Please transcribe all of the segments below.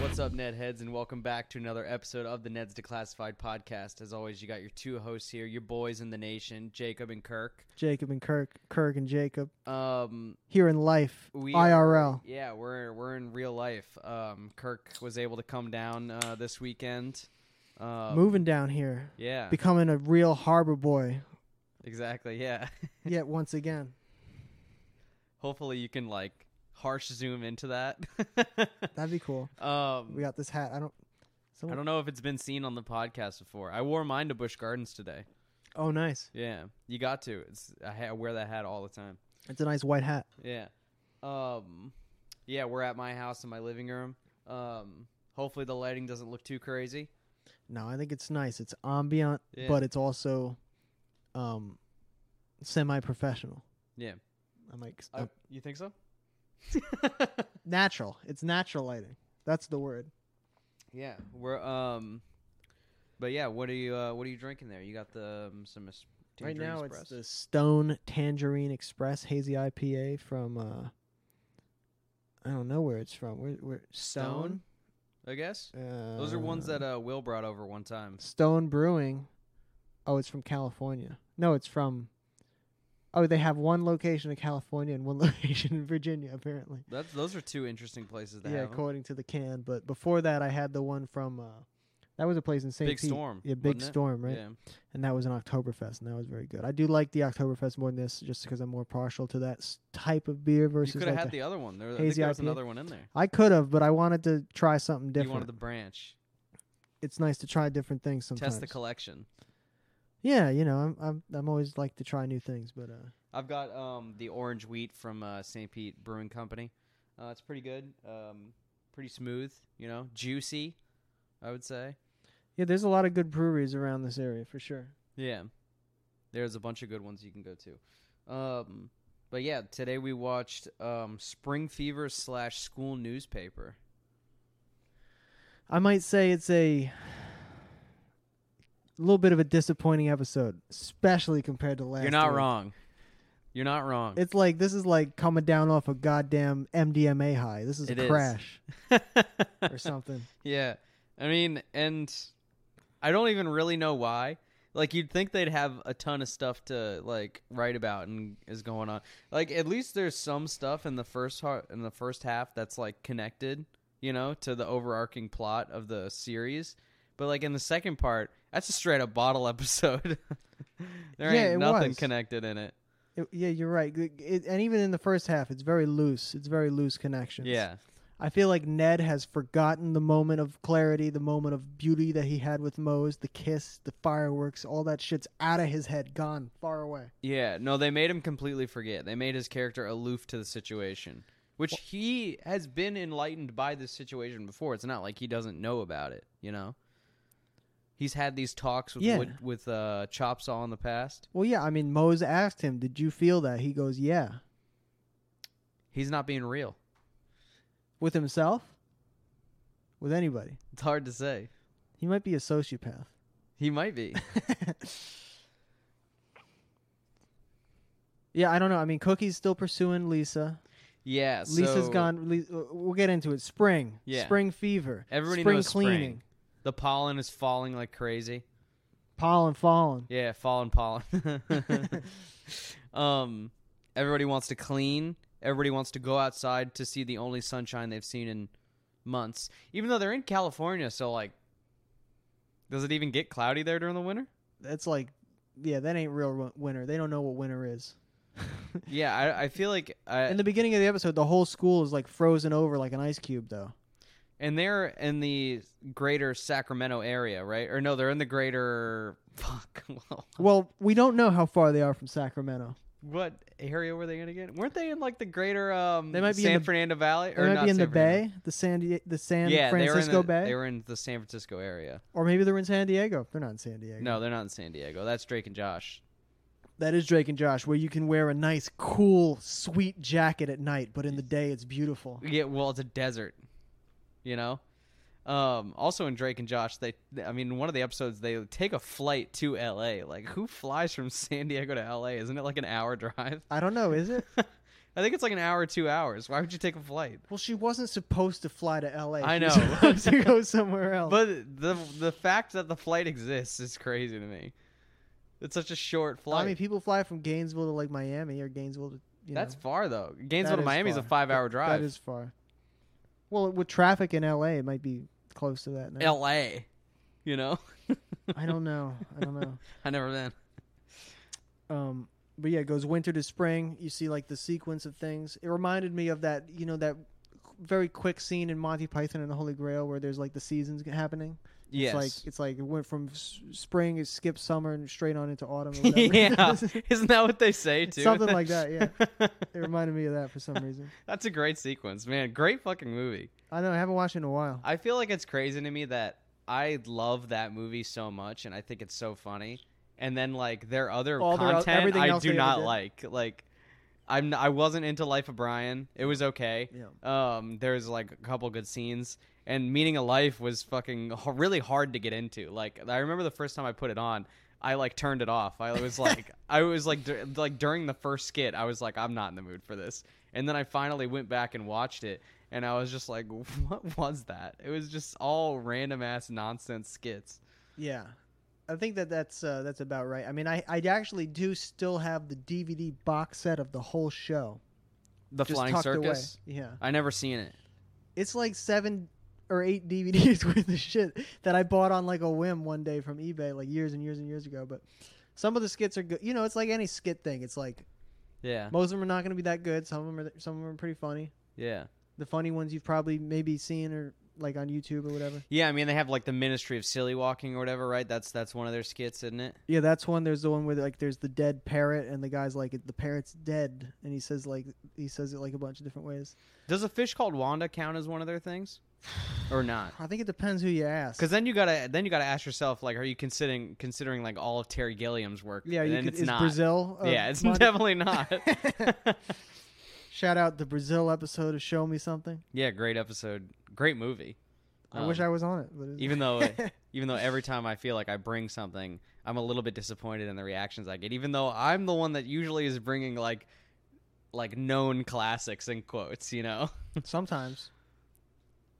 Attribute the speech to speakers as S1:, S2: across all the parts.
S1: What's up, Ned Heads, and welcome back to another episode of the Ned's Declassified podcast. As always, you got your two hosts here, your boys in the nation, Jacob and Kirk.
S2: Jacob and Kirk, Kirk and Jacob
S1: Um,
S2: here in life,
S1: we
S2: IRL.
S1: yeah, we're we're in real life. Um, Kirk was able to come down uh, this weekend. Um,
S2: moving down here,
S1: yeah,
S2: becoming a real harbor boy
S1: exactly, yeah.
S2: yet once again.
S1: Hopefully, you can like harsh zoom into that.
S2: That'd be cool.
S1: um,
S2: We got this hat. I don't.
S1: I
S2: Someone,
S1: don't know if it's been seen on the podcast before. I wore mine to Bush Gardens today.
S2: oh, nice.
S1: Yeah, you got to. It's I, ha- I wear that hat all the time.
S2: It's a nice white hat.
S1: Yeah. Um yeah, we're at my house in my living room. Um hopefully the lighting doesn't look too crazy.
S2: No, I think it's nice. It's ambient,
S1: Yeah.
S2: but it's also, um, semi-professional.
S1: Yeah.
S2: I'm like uh,
S1: I- Uh, you think so?
S2: natural. It's natural lighting. That's the word.
S1: yeah. We're um But yeah, what are you uh what are you drinking there? You got the um, some es-
S2: right
S1: tangerine
S2: now,
S1: espresso.
S2: it's the Stone Tangerine Express Hazy IPA from. uh I don't know where it's from. Where, where Stone?
S1: Stone? I guess.
S2: Uh,
S1: Those are ones that uh Will brought over one time.
S2: Stone Brewing. Oh, it's from California. No, it's from. Oh, they have one location in California and one location in Virginia, apparently.
S1: That's those are two interesting places to
S2: yeah,
S1: have 'em.
S2: according to the can. But before that, I had the one from. Uh, that was a place in St.
S1: Big Storm,
S2: Yeah, Big
S1: wasn't it?
S2: Storm, right?
S1: Yeah.
S2: And that was an Oktoberfest, and that was very good. I do like the Oktoberfest more than this, just because I'm more partial to that s- type of beer
S1: You
S2: versus.
S1: could have
S2: like
S1: had
S2: the-
S1: the other one. There, I think
S2: hazy
S1: there was
S2: IPA.
S1: another one in there.
S2: I could have, but I wanted to try something
S1: You
S2: different.
S1: wanted the branch.
S2: It's nice to try different things sometimes.
S1: Test the collection.
S2: yeah, you know, I'm I'm I'm always like to try new things, but uh,
S1: I've got um, the orange wheat from uh, St. Pete Brewing Company. Uh, it's pretty good, um, pretty smooth, you know, juicy. I would say,
S2: Yeah, there's a lot of good breweries around this area for sure.
S1: yeah. There's a bunch of good ones you can go to, um, but yeah, today we watched um, Spring Fever slash School Newspaper.
S2: I might say it's a little bit of a disappointing episode, especially compared to last.
S1: You're not
S2: week.
S1: wrong. You're not wrong.
S2: It's like this is like coming down off a goddamn MDMA high. This is
S1: It
S2: a
S1: is.
S2: crash or something.
S1: Yeah. I mean, and I don't even really know why. Like you'd think they'd have a ton of stuff to like write about and is going on. Like at least there's some stuff in the first har- in the first half that's like connected, you know, to the overarching plot of the series. But like in the second part, that's a straight up bottle episode. there
S2: Yeah,
S1: ain't
S2: it
S1: nothing
S2: was.
S1: connected in it.
S2: It- yeah, you're right. It- it- and even in the first half, it's very loose. It's very loose connections.
S1: Yeah.
S2: I feel like Ned has forgotten the moment of clarity, the moment of beauty that he had with Mose, the kiss, the fireworks, all that shit's out of his head, gone, far away.
S1: Yeah, no, they made him completely forget. They made his character aloof to the situation, which he has been enlightened by this situation before. It's not like he doesn't know about it, you know. He's had these talks with
S2: Yeah.
S1: Wood, with uh, Chop Saw in the past.
S2: Well, yeah. I mean, Mose asked him, "Did you feel that?" He goes, "Yeah."
S1: He's not being real.
S2: With himself? With anybody?
S1: It's hard to say.
S2: He might be a sociopath.
S1: He might be.
S2: yeah, I don't know. I mean, Cookie's still pursuing Lisa.
S1: Yeah,
S2: Lisa's
S1: so
S2: gone. Li- uh, we'll get into it. Spring.
S1: Yeah.
S2: Spring fever.
S1: Everybody
S2: spring
S1: knows spring.
S2: cleaning.
S1: The pollen is falling like crazy.
S2: Pollen falling.
S1: Yeah, fallen pollen. um, everybody wants to clean. Everybody wants to go outside to see the only sunshine they've seen in months. Even though they're in California, so like, does it even get cloudy there during the winter?
S2: That's like, yeah, that ain't real win- winter. They don't know what winter is.
S1: Yeah, I, I feel like, I,
S2: In
S1: and,
S2: the beginning of the episode, the whole school is like frozen over like an ice cube, though.
S1: they're in the greater Sacramento area, right? Or no, they're in the greater fuck.
S2: Well, we don't know how far they are from Sacramento.
S1: what area were they gonna get? Weren't they in like the greater um?
S2: They might be in
S1: San
S2: the-
S1: Fernando Valley,
S2: They
S1: or
S2: might
S1: not
S2: be in the
S1: San Fernando.
S2: Bay, the San Di- the San
S1: yeah, they
S2: Francisco
S1: were in the,
S2: Bay,
S1: They were in the San Francisco area.
S2: or maybe they're in San Diego. They're not in San Diego.
S1: No, they're not in San Diego. That's Drake and Josh.
S2: that is Drake and Josh, where you can wear a nice, cool, sweet jacket at night, but in the day it's beautiful.
S1: Yeah, well, it's a desert, you know. Um, also in Drake and Josh, they, I mean, in one of the episodes, they take a flight to L.A. Like, who flies from San Diego to L.A.? Isn't it like an hour drive?
S2: I don't know, is it?
S1: I I think it's like an hour, two hours. Why would you take a flight?
S2: Well, she wasn't supposed to fly to L.A.
S1: I
S2: She was
S1: know.
S2: supposed to go somewhere else.
S1: But the the fact that the flight exists is crazy to me. It's such a short flight.
S2: I mean, people fly from Gainesville to like Miami or Gainesville to you
S1: That's
S2: know,
S1: far though. Gainesville to
S2: that is
S1: Miami is a
S2: far.
S1: five hour drive.
S2: That is far. Well, with traffic in L.A., it might be close to that. Now.
S1: L.A. You know,
S2: I don't know. I don't know.
S1: I never been.
S2: Um, but yeah, it goes winter to spring. You see like the sequence of things. It reminded me of that, you know, that very quick scene in Monty Python and the Holy Grail where there's like the seasons happening.
S1: Yes.
S2: It's like it's like it went from s- spring, it skipped summer and straight on into autumn. Or whatever.
S1: yeah. Isn't that what they say too?
S2: Something like that,
S1: Yeah.
S2: it reminded me of that for some reason.
S1: That's a great sequence, man. Great fucking movie.
S2: I know I haven't watched it in a while.
S1: I feel like it's crazy to me that I love that movie so much and I think it's so funny. And then like their other
S2: All their oth-
S1: content
S2: everything
S1: I
S2: else
S1: do
S2: they ever
S1: not
S2: did.
S1: like. Like I'm n- I wasn't into Life of Brian. It was okay.
S2: Yeah.
S1: Um there's like a couple good scenes and Meaning of Life was fucking h- really hard to get into. Like I remember the first time I put it on, I like turned it off. I was like I was like dur- like during the first skit, I was like I'm not in the mood for this. And then I finally went back and watched it and I was just like, what was that? It was just all random ass nonsense skits.
S2: Yeah. I think that that's uh, that's about right. I mean, I, I actually do still have the DVD box set of the whole show.
S1: The
S2: just
S1: Flying
S2: tucked
S1: Circus.
S2: Away. Yeah.
S1: I never seen it.
S2: it's like seven or eight DVDs worth of shit that I bought on like a whim one day from eBay, like years and years and years ago. But some of the skits are good. You know, it's like any skit thing. It's like
S1: Yeah,
S2: most of them are not going to be that good. Some of them are some of them are pretty funny.
S1: yeah,
S2: The funny ones you've probably maybe seen or like on YouTube or whatever.
S1: yeah. I mean, they have like the Ministry of Silly Walking or whatever, right? That's that's one of their skits, isn't it?
S2: Yeah, that's one. There's the one where like there's the dead parrot and the guy's like the parrot's dead and he says like he says it like a bunch of different ways.
S1: Does a fish called Wanda count as one of their things, or not?
S2: I think it depends who you ask.
S1: Because then you gotta then you gotta ask yourself, like, are you considering considering like all of Terry Gilliam's work?
S2: yeah,
S1: and
S2: you
S1: then
S2: could,
S1: it's
S2: is
S1: not.
S2: Brazil. uh,
S1: yeah, it's
S2: Monty-
S1: definitely not.
S2: Shout out the Brazil episode of Show Me Something.
S1: yeah, great episode, great movie.
S2: I wish
S1: Um,
S2: I was on it, but it-
S1: even though even though every time I feel like I bring something, I'm a little bit disappointed in the reactions I get. Even though I'm the one that usually is bringing like like known classics in quotes, you know,
S2: sometimes,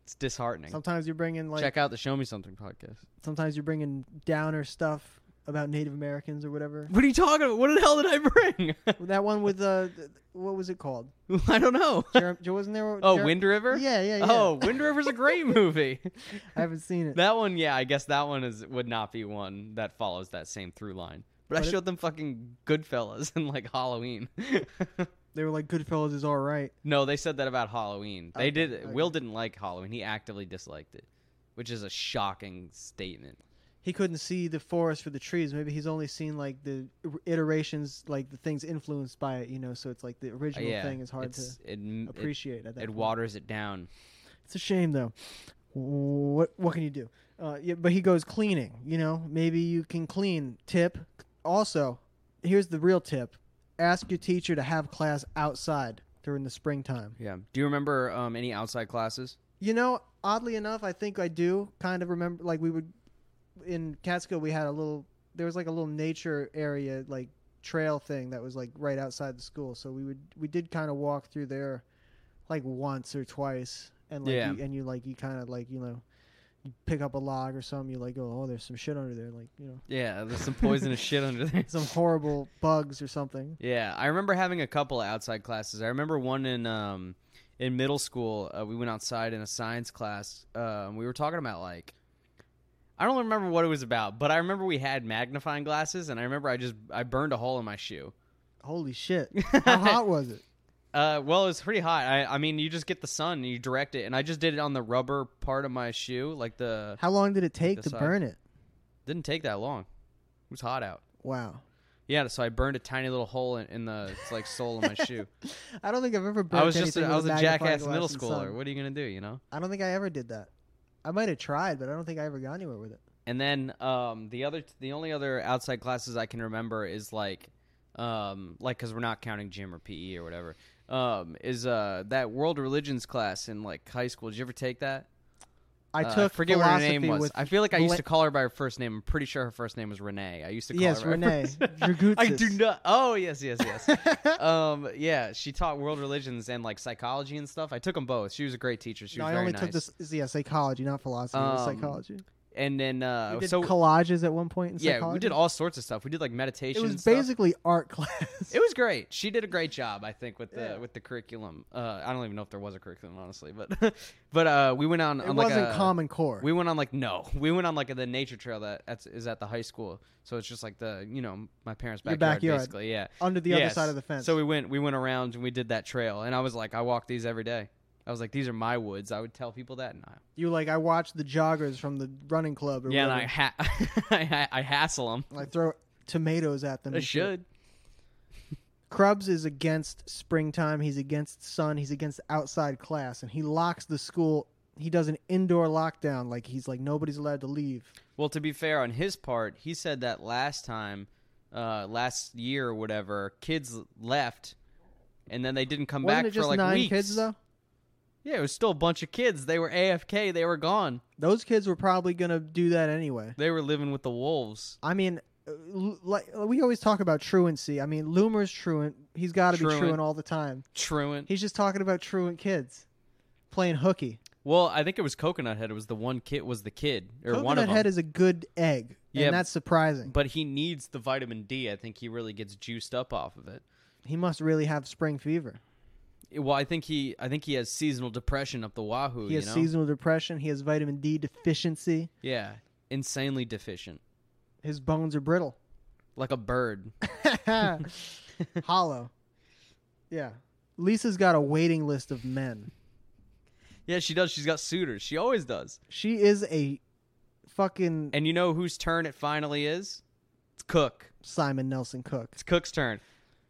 S1: it's disheartening.
S2: sometimes you're bringing like,
S1: Check out the Show Me Something podcast.
S2: sometimes you're bringing downer stuff about Native Americans or whatever.
S1: What are you talking about? What the hell did I bring?
S2: that one with uh, th- what was it called?
S1: I don't know.
S2: Jer- Jer- wasn't there?
S1: Oh,
S2: Jer-
S1: Wind River.
S2: Yeah, yeah, yeah.
S1: Oh, Wind River's a great movie.
S2: I haven't seen it.
S1: That one, yeah, I guess that one is would not be one that follows that same through line. But,
S2: But
S1: I
S2: it-
S1: showed them fucking Goodfellas and like Halloween.
S2: They were like, Goodfellas is all right.
S1: No, they said that about Halloween. They
S2: Okay,
S1: did. Will
S2: okay.
S1: didn't like Halloween. He actively disliked it, which is a shocking statement.
S2: He couldn't see the forest for the trees. Maybe he's only seen like the iterations, like the things influenced by it. You know, so it's like the
S1: Uh,
S2: original
S1: yeah,
S2: thing is hard to
S1: it's- it, m- it-
S2: appreciate. at that
S1: It,
S2: point.
S1: waters it down.
S2: It's a shame though. What what can you do? Uh, yeah, but he goes cleaning. You know, maybe you can clean. Tip. Also, here's the real tip: ask your teacher to have class outside during the springtime.
S1: Yeah. Do you remember um, any outside classes?
S2: You know, oddly enough, I think I do kind of remember. Like we would in Catskill, we had a little. There was like a little nature area, like trail thing that was like right outside the school. So we would we did kind of walk through there, like once or twice, and like
S1: Yeah.
S2: you, and you like you kind of like you know, you pick up a log or something. You like go, oh, there's some shit under there, like you know,
S1: Yeah, there's some poisonous shit under there.
S2: some horrible bugs or something.
S1: Yeah, I remember having a couple of outside classes. I remember one in um, in middle school. Uh, we went outside in a science class. Um, we were talking about like I don't remember what it was about, but I remember we had magnifying glasses, and I remember I just I burned a hole in my shoe.
S2: Holy shit! How hot was it?
S1: Uh, well, it's pretty hot. I, I mean, you just get the sun and you direct it, and I just did it on the rubber part of my shoe. Like the
S2: How long did it take
S1: The
S2: to
S1: side.
S2: burn it?
S1: didn't take that long. It was hot out.
S2: Wow.
S1: Yeah, so I burned a tiny little hole in, in the like sole of my shoe.
S2: I don't think I've ever burnt
S1: I was just a,
S2: anything
S1: I was
S2: with
S1: a
S2: magnifying
S1: jackass
S2: glass
S1: middle
S2: in
S1: schooler.
S2: sun.
S1: What are you gonna do? You know.
S2: I don't think I ever did that. I might have tried, but I don't think I ever got anywhere with it.
S1: And then um, the other, the only other outside classes I can remember is like, um, like because we're not counting gym or PE or whatever, um, is uh, that world religions class in like high school. Did you ever take that?
S2: I
S1: Uh,
S2: took
S1: forget what her
S2: philosophy
S1: name was.
S2: with
S1: I feel like I used
S2: Bla-
S1: to call her by her first name. I'm pretty sure her first name was Renee. I used to call
S2: yes,
S1: her by her
S2: Renee
S1: first- I do not. Oh yes, yes, yes.
S2: Dragutsis.
S1: um, yeah, she taught world religions and like psychology and stuff. I took them both. She was a great teacher. She
S2: no,
S1: was
S2: I
S1: very
S2: only
S1: nice.
S2: took this. Yeah, psychology, not philosophy. it was
S1: Um,
S2: psychology.
S1: And then uh,
S2: we did
S1: so
S2: collages at one point. In
S1: yeah,
S2: psychology.
S1: we did all sorts of stuff. We did like
S2: It
S1: meditation. and
S2: was
S1: stuff.
S2: basically art class.
S1: It was great. She did a great job, I think, with the
S2: Yeah.
S1: with the curriculum. Uh, I don't even know if there was a curriculum, honestly, but but uh, we went on.
S2: It
S1: on like
S2: wasn't
S1: a,
S2: Common Core.
S1: We went on like no, we went on like the nature trail that that's, is at the high school. So it's just like the you know my parents'
S2: Your
S1: backyard,
S2: backyard.
S1: basically. Yeah,
S2: under the other
S1: Yes.
S2: side of the fence.
S1: So we went we went around and we did that trail, and I was like, I walk these every day. I was like, these are my woods. I would tell people that, and I
S2: you like I watched the joggers from the running club. Or
S1: yeah, and I
S2: whatever,
S1: ha- I, ha- I hassle them.
S2: and I throw tomatoes at them.
S1: I
S2: and shit.
S1: should.
S2: Krubs is against springtime. He's against sun. He's against outside class, and he locks the school. He does an indoor lockdown. Like he's like nobody's allowed to leave.
S1: Well, to be fair, on his part, he said that last time, uh, last year or whatever, kids left, and then they didn't come
S2: Wasn't
S1: back
S2: it just
S1: for like
S2: nine
S1: weeks.
S2: kids though?
S1: Yeah, it was still a bunch of kids. They were AFK. They were gone.
S2: Those kids were probably gonna do that anyway.
S1: They were living with the wolves.
S2: I mean, uh, l- like we always talk about truancy. I mean, Loomer's truant. He's got to be
S1: Truant.
S2: truant all the time.
S1: Truant.
S2: He's just talking about truant kids playing hooky.
S1: well, I think it was Coconut Head. It was the one kid. Was the kid or
S2: Coconut
S1: one of them?
S2: Head is a good egg,
S1: Yeah,
S2: and that's surprising.
S1: but he needs the vitamin D. I think he really gets juiced up off of it.
S2: He must really have spring fever.
S1: Well, I think he, I think he has seasonal depression up the wahoo.
S2: He has
S1: you know,
S2: seasonal depression. He has vitamin D deficiency.
S1: yeah, insanely deficient,
S2: His bones are brittle,
S1: like a bird.
S2: hollow. Yeah. Lisa's got a waiting list of men.
S1: Yeah, she does. She's got suitors. She always does.
S2: She is a fucking
S1: And you know whose turn it finally is? It's Cook.
S2: Simon Nelson Cook.
S1: It's Cook's turn.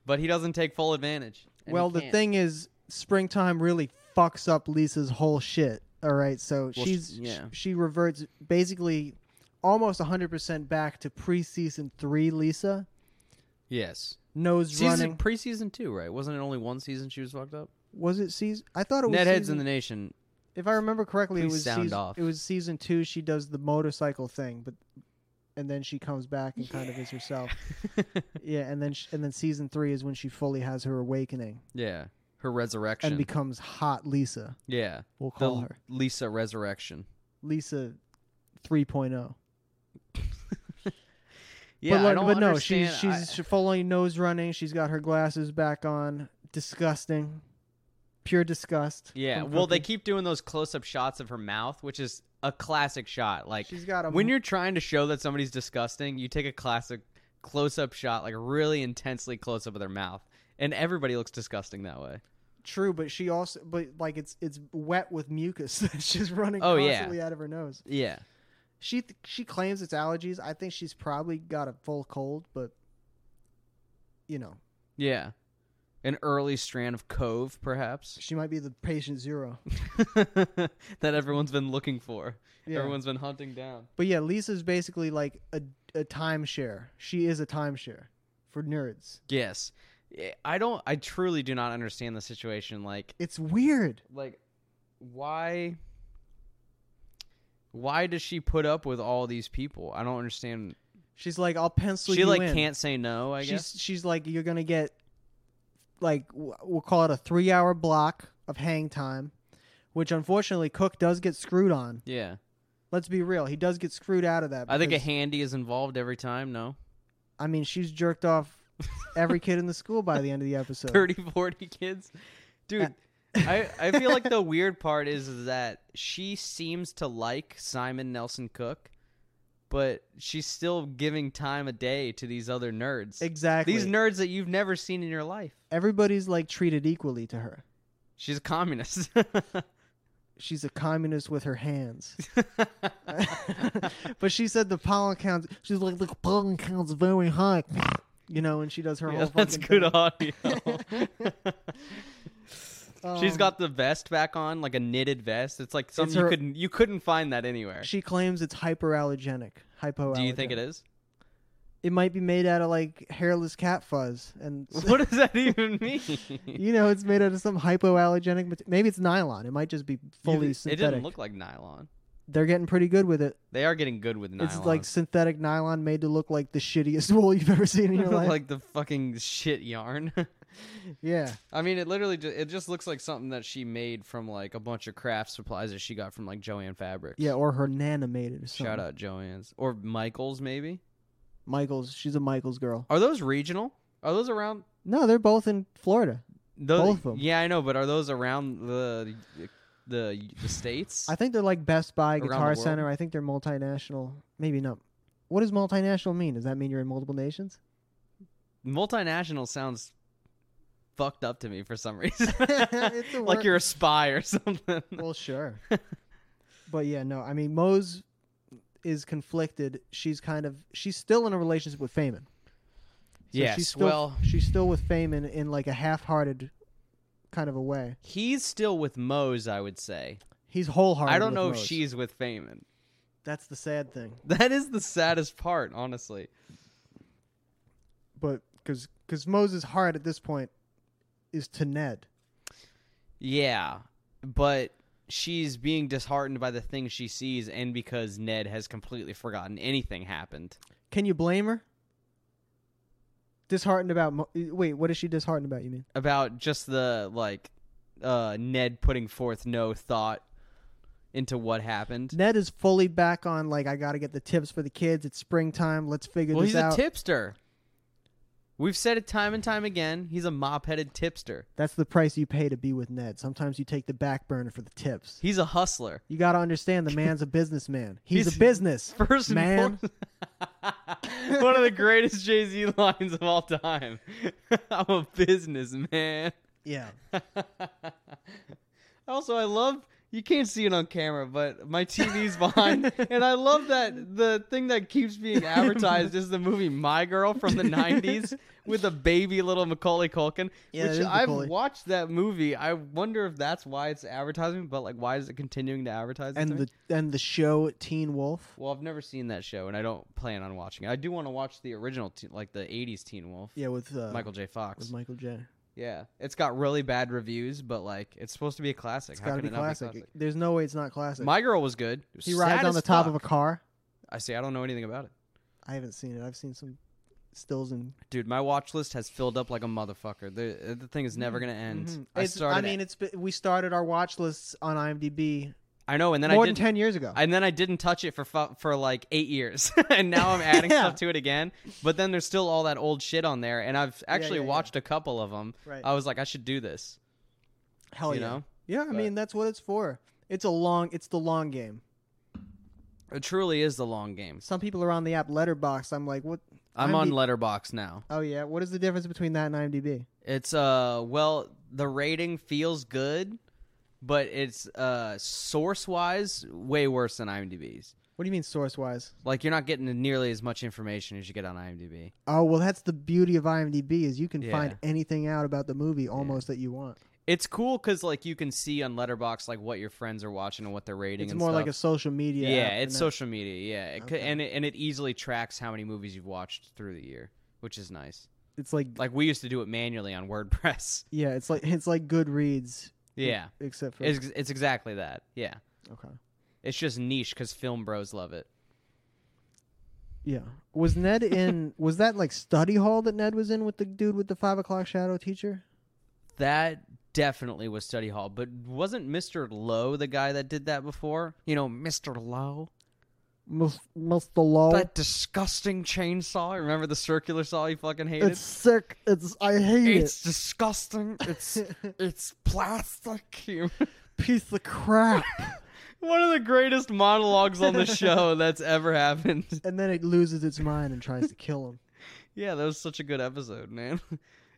S1: But he doesn't take full advantage. And he
S2: well, the
S1: can't.
S2: thing is, springtime really fucks up Lisa's whole shit. All right, so
S1: Well,
S2: she's
S1: sh- yeah.
S2: sh- she reverts basically almost 100% back to pre-season 3 Lisa.
S1: Yes.
S2: Nose running.
S1: Season preseason two, right? Wasn't it only one season she was fucked up?
S2: was it season I thought it was
S1: Netheads
S2: season-
S1: in the nation.
S2: if I remember correctly, it
S1: Please
S2: was
S1: sound
S2: season,
S1: off.
S2: it was season two. She does the motorcycle thing, but and then she comes back and kind of is herself. Yeah, and then sh and then season three is when she fully has her awakening
S1: yeah. Her resurrection.
S2: and becomes hot Lisa.
S1: yeah.
S2: We'll
S1: The
S2: call her
S1: Lisa resurrection.
S2: Lisa 3.0.
S1: Yeah,
S2: but, like-
S1: I don't
S2: but no,
S1: understand.
S2: she's she's fully nose running. She's got her glasses back on. Disgusting, pure disgust.
S1: I- yeah.
S2: from
S1: Well, they
S2: cooking.
S1: keep doing those close-up shots of her mouth, which is a classic shot. Like
S2: She's got a
S1: when you're trying to show that somebody's disgusting, you take a classic close-up shot, like a really intensely close-up of their mouth, and everybody looks disgusting that way.
S2: true, but she also but like it's it's wet with mucus. she's running
S1: Oh, yeah.
S2: constantly out of her nose.
S1: Yeah,
S2: She th- she claims it's allergies. I think she's probably got a full cold, but you know,
S1: yeah. An early strand of Cove, perhaps,
S2: she might be the patient zero.
S1: that everyone's been looking for.
S2: Yeah.
S1: Everyone's been hunting down.
S2: But yeah, Lisa's basically like a a timeshare. She is a timeshare for nerds.
S1: Yes, I- I don't. I truly do not understand the situation. Like,
S2: It's weird.
S1: like, why? Why does she put up with all these people? I don't understand.
S2: She's like, I'll pencil
S1: she
S2: you
S1: like
S2: in.
S1: can't say no. I guess
S2: she's she's like, you're gonna get like w- we'll call it a three hour block of hang time, which unfortunately Cook does get screwed on.
S1: Yeah.
S2: Let's be real, he does get screwed out of that.
S1: I think a
S2: because-
S1: handy is involved every time, no?
S2: I mean, she's jerked off every kid in the school by the end of the episode.
S1: 30, 40 kids? Dude, I, I feel like the weird part is, is that she seems to like Simon Nelson Cook, but she's still giving time a day to these other nerds.
S2: Exactly.
S1: These nerds that you've never seen in your life.
S2: Everybody's like treated equally to her.
S1: She's a communist.
S2: She's a communist with her hands. but she said the pollen count. She's like the pollen count's very high. You know, and she does her
S1: Yeah,
S2: whole.
S1: that's
S2: fucking
S1: good audio.
S2: thing.
S1: She's
S2: Um,
S1: got the vest back on, like a knitted vest. It's like something you
S2: her-
S1: couldn't you couldn't find that anywhere.
S2: Um, She claims it's hyperallergenic. Hypoallergenic.
S1: Do you think it is?
S2: It might be made out of like hairless cat fuzz, and
S1: What does that even mean?
S2: you know it's made out of some hypoallergenic. Mat- Maybe it's nylon. It might just be fully
S1: it
S2: synthetic.
S1: didn't look like nylon.
S2: they're getting pretty good with it.
S1: They are getting good with nylon.
S2: It's like synthetic nylon made to look like the shittiest wool you've ever seen in your life.
S1: like the fucking shit yarn.
S2: yeah,
S1: I mean, it literally ju- it just looks like something that she made from like a bunch of craft supplies that she got from like Joanne Fabrics.
S2: yeah, or her nana made it. Or something.
S1: Shout out Joanne's or Michaels maybe.
S2: Michaels. She's a Michaels girl.
S1: Are those regional? Are those around?
S2: No, they're both in Florida.
S1: Those,
S2: Both of 'em.
S1: Yeah, I know, but are those around the the, the states?
S2: I think they're like Best Buy,
S1: Around the
S2: Guitar
S1: world.
S2: Center. I think they're multinational. Maybe not. What does multinational mean? Does that mean you're in multiple nations?
S1: Multinational sounds fucked up to me for some reason.
S2: It's a
S1: like
S2: word.
S1: you're a spy or something.
S2: well, sure. but yeah, no. I mean, Mose is conflicted. She's kind of she's still in a relationship with Feynman. So
S1: yes.
S2: she's still,
S1: well,
S2: she's still with Feynman in like a half-hearted kind of a way.
S1: he's still with Mose, I would say.
S2: He's wholehearted.
S1: I don't
S2: with
S1: know if
S2: Mose.
S1: she's with Feynman.
S2: That's the sad thing.
S1: That is the saddest part, honestly.
S2: But because because Mose's heart at this point is to Ned.
S1: Yeah, but she's being disheartened by the things she sees, and because Ned has completely forgotten anything happened.
S2: Can you blame her? Disheartened about Mo- eh, wait, what is she disheartened about? You mean?
S1: about just the like uh Ned putting forth no thought into what happened.
S2: Ned is fully back on like I got to get the tips for the kids. It's springtime. Let's figure
S1: Well,
S2: this
S1: he's
S2: out.
S1: a tipster. We've said it time and time again. He's a mop-headed tipster.
S2: That's the price you pay to be with Ned. Sometimes you take the back burner for the tips.
S1: He's a hustler.
S2: You got to understand the man's a businessman. He's,
S1: He's-
S2: a business.
S1: First and
S2: Man.
S1: foremost- one of the greatest Jay Z lines of all time. I'm a businessman.
S2: Yeah.
S1: also, I love you can't see it on camera, but my TV's behind, and I love that the thing that keeps being advertised is the movie My Girl from the '90s with the baby little Macaulay Culkin.
S2: Yeah, it
S1: which
S2: is
S1: I've
S2: Macaulay.
S1: watched that movie. I wonder if that's why it's advertising, but like, why is it continuing to advertise? it to
S2: And
S1: me?
S2: the and the show Teen Wolf.
S1: well, I've never seen that show, and I don't plan on watching it. I do want to watch the original, te- like the '80s Teen Wolf,
S2: Yeah, with uh,
S1: Michael J. Fox.
S2: with Michael J.
S1: Yeah, it's got really bad reviews, but like it's supposed to be a classic.
S2: It's
S1: How
S2: got to
S1: can
S2: be
S1: it not
S2: classic. There's no way it's not classic.
S1: My girl was good. It was
S2: he rides
S1: sad
S2: on
S1: as
S2: the top of a
S1: fuck.
S2: car.
S1: I see. I don't know anything about it,
S2: I haven't seen it. I've seen some stills and
S1: dude. My watch list has filled up like a motherfucker. The the thing is never gonna end.
S2: Mhm.
S1: I
S2: It's-
S1: started.
S2: I mean, it's been- we started our watch lists on IMDb
S1: I know, and then I
S2: more
S1: didn't.
S2: than ten years ago.
S1: and then I didn't touch it for fu- for like eight years, and now I'm adding
S2: Yeah.
S1: stuff to it again. But then there's still all that old shit on there, and I've actually
S2: yeah, yeah.
S1: watched a couple of them.
S2: right?
S1: I was like, I should do this.
S2: Hell
S1: uh, you
S2: yeah!
S1: know?
S2: yeah, I
S1: But-
S2: mean that's what it's for. It's a long. It's the long game.
S1: It truly is the long game.
S2: Some people are on the app Letterbox. I'm like, what?
S1: I'm
S2: I'm
S1: on
S2: the-
S1: Letterbox now.
S2: Oh yeah, what is the difference between that and IMDb?
S1: It's uh well the rating feels good, but it's uh source wise way worse than IMDb's.
S2: What do you mean source wise?
S1: Like you're not getting nearly as much information as you get on IMDb.
S2: Oh well, that's the beauty of IMDb is you can find
S1: Yeah.
S2: anything out about the movie almost that you want.
S1: It's cool because like you can see on Letterbox like what your friends are watching and what they're rating.
S2: It's
S1: and
S2: more
S1: stuff.
S2: like a social media.
S1: yeah,
S2: app
S1: it's
S2: than
S1: social media. Yeah, it c-
S2: Okay.
S1: and it, and it easily tracks how many movies you've watched through the year, which is nice.
S2: that- It's like
S1: Like we used to do it manually on WordPress.
S2: yeah, it's like it's like Goodreads
S1: Yeah,
S2: except for
S1: it's it's exactly that. Yeah,
S2: okay.
S1: it's just niche because film bros love it.
S2: Yeah. Was Ned in? was that like study hall that Ned was in with the dude with the five o'clock shadow teacher?
S1: That definitely was study hall, but wasn't Mr. Lowe the guy that did that before? You know, Mr. Lowe,
S2: Must must the law?
S1: that disgusting chainsaw. Remember the circular saw you fucking hated?
S2: It's sick. It's I hate
S1: It's disgusting. It's
S2: it.
S1: it's plastic.
S2: Piece of crap.
S1: One of the greatest monologues on the show that's ever happened.
S2: and then it loses its mind and tries to kill him.
S1: Yeah, that was such a good episode, man.